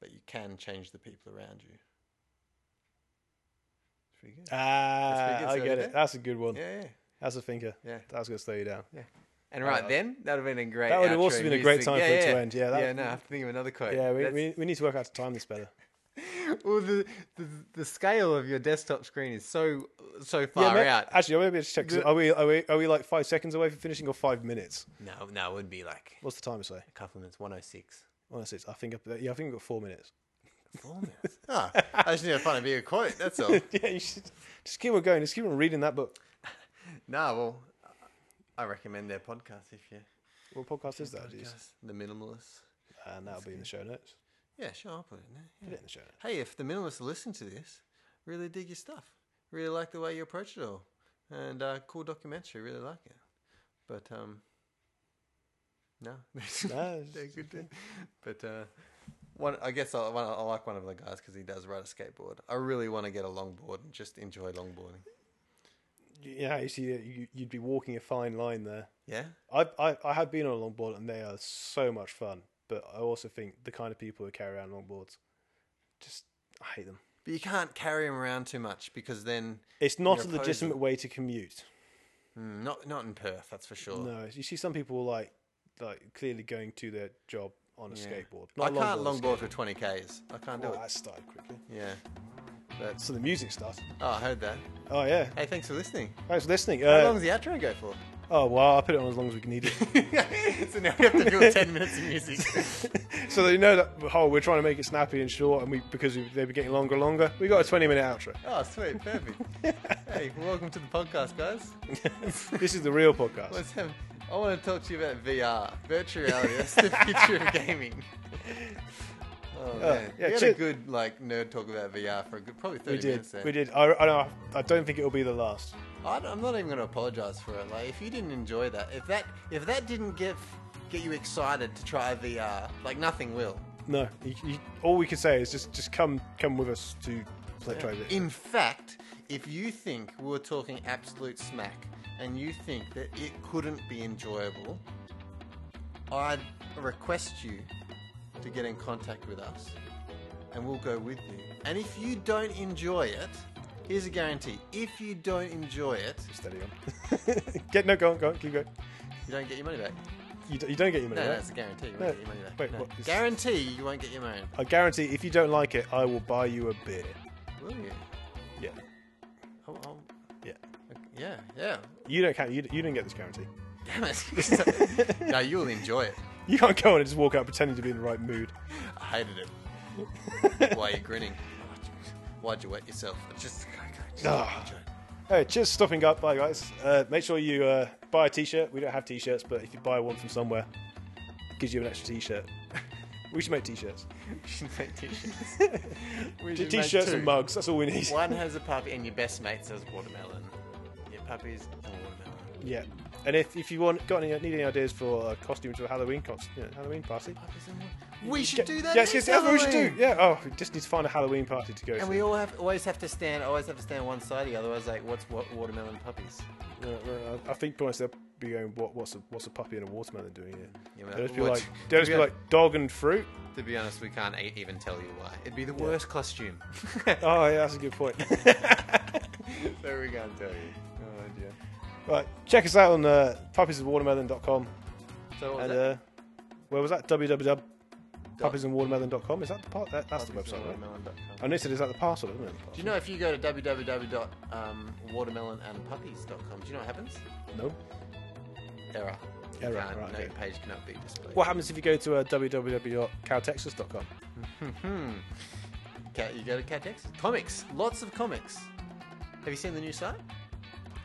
but you can change the people around you. It's pretty good.
Ah,
good,
I
so
get
yeah.
it. That's a good one.
Yeah, yeah.
That's a thinker.
Yeah.
That's gonna slow you down.
And
I
right
like-
then, that would have been a great.
That would have
outro
also been a great
music.
time
yeah,
for it
yeah.
to end. Yeah, that-
yeah. No, I have to think of another quote.
Yeah, we,
That's-
we, we need to work out how to time this better.
Well, the, the the scale of your desktop screen is so so far
yeah, uh, ma-
out.
Actually, I'm gonna be to check. 'cause
The-
Are we are we are we like five seconds away from finishing or five minutes?
No, no, it would be like
What's the time say?
a couple of minutes. One oh six.
Honestly, it's- I think I, yeah, I think we've got four minutes.
Four minutes. oh, I just need to find a bigger quote. That's all.
yeah, you should just keep on going. Just keep on reading that book.
nah, well, I recommend their podcast if you.
What podcast is that? uh, Jeez.
The Minimalists.
And that'll be in the show notes.
Yeah, sure, I'll put it in there.
Put it in the show. notes.
Hey, if the minimalists are listening to this, really dig your stuff. Really like the way you approach it all. And uh, cool documentary, really like it. But, um, no.
No,
They're good too. But, uh, one, I guess I, one, I like one of the guys because he does ride a skateboard. I really want to get a longboard and just enjoy longboarding.
Yeah, you see, you, you'd be walking a fine line there.
Yeah?
I, I I have been on a longboard and they are so much fun. But I also think the kind of people who carry around longboards, just I hate them.
But you can't carry him around too much because then,
It's not
You're
a
opposing.
legitimate way to commute.
mm, not not in Perth, that's for sure.
No, you see some people like like clearly going to their job on a
Yeah.
skateboard. Not
I
a
can't
longboard,
longboard for 20 Ks. I can't
a skateboard. Oh,
do it.
that started quickly.
Yeah. But,
So the music started.
oh, I heard that.
Oh yeah,
Hey, thanks for listening.
thanks for listening.
How
Uh,
long does the outro go for?
oh well, I put it on as long as we can need it,
so now we have to do 10 minutes of music.
so they know that oh we're trying to make it snappy and short, and we because we, they were getting longer and longer, we got a twenty minute outro.
Oh, sweet, perfect. hey, welcome to the podcast, guys.
this is the real podcast.
Let's have, I want to talk to you about VR, virtual reality. That's the future of gaming. Oh, man.
yeah,
we had a
cheer-
good like nerd talk about VR for a good probably 30
we did,
minutes there.
we did. I, I, don't, I don't think it'll be the last.
I don't- I'm not even going to apologize for it. Like, if you didn't enjoy that, if that, if that didn't get get you excited to try VR, like nothing will.
No, you, you, all we can say is just just come come with us to play try this.
In fact, if you think we we're talking absolute smack and you think that it couldn't be enjoyable, I'd request you to get in contact with us and we'll go with you. And if you don't enjoy it, here's a guarantee if you don't enjoy it,
Steady on. get no, go on, go on, keep going.
you don't get your money back.
You, d- you don't get your money
No, no,
back.
it's a guarantee. You won't
No,
get your money back.
wait,
No.
what is-
Guarantee you won't get your money.
I guarantee if you don't like it, I will buy you a beer.
Will you?
Yeah,
Oh, oh,
yeah.
yeah, yeah.
You don't count. You, d- you didn't get this guarantee.
Damn it. no, you'll enjoy it.
You can't go on and just walk out pretending to be in the right mood.
I hated it. Why are you grinning? Why'd you wet yourself? It's Just, just
Ah.
enjoy it.
Hey, cheers for stopping up. Bye, guys. Uh, make sure you uh, buy a t-shirt. We don't have t-shirts, but if you buy one from somewhere, it gives you an extra t-shirt. we should make t-shirts.
We should make t-shirts. We
T-
should make
t-shirts
two.
and mugs. That's all we need.
One has a puppy, and your best mate says watermelon. Your puppy's a watermelon.
Yeah. And if, if you want got any need any ideas for uh, costumes for a Halloween con- you know, Halloween party,
Puppies and wa- We should
Get-
do that.
Yes, yes,
next
that's what we should do.
Halloween.
Yeah. Oh, we just need to find a Halloween party to go.
And
to.
we all have always have to stand. Always have to stand one side of you. Otherwise, like, what's what watermelon puppies?
Uh, uh, I think probably they'll be going. What, what's a what's a puppy and a watermelon doing here?
Yeah,
they'll just be
Uh, what-
like they'll just be
Yeah.
like dog and fruit.
To be honest, we can't e- even tell you why. It'd be the worst costume.
Oh yeah, that's a good point.
there we go, tell you. Oh dear.
right, check us out on uh, puppiesandwatermelon.com
So what was
and
that?
uh, where was that? www.puppiesandwatermelon.com. Is that the part? That, that's the
Puppies and
website. Right?
watermelon.com.
I noticed it is that the parcel, isn't it?
Do you know if you go to um, www.watermelonandpuppies.com, do you know what happens?
No.
Error. You
Error,
can't-
right,
no
okay.
page cannot be displayed.
What happens if you go to uh, www.cowtexas.com?
Hmm. Cat, you go to Cat Texas. Comics. Lots of comics. Have you seen the new site?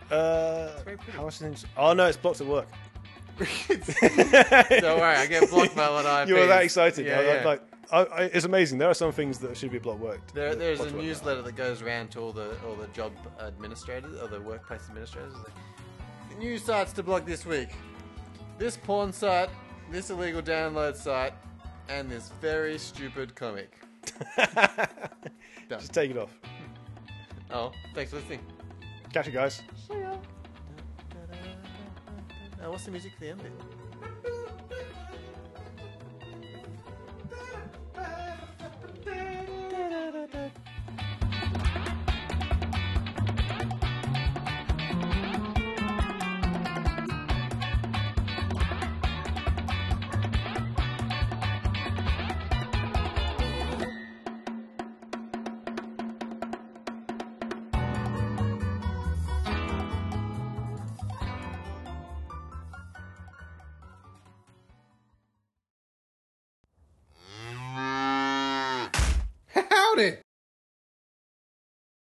Uh,
very pretty.
how much is Oh no, it's blocked at work.
Don't worry, I get blocked by what I
You were that excited.
Yeah,
I- I-
yeah.
like, I, I, it's amazing. There are some things that should be block worked.
There, there's a
Blocked work.
newsletter that goes around to all the all the job administrators or the workplace administrators. The new sites to block this week: this porn site, this illegal download site, and this very stupid comic. Done.
Just take it off.
Oh, thanks for listening.
Catch you guys.
Uh, what's the music for the end bit? Howdy!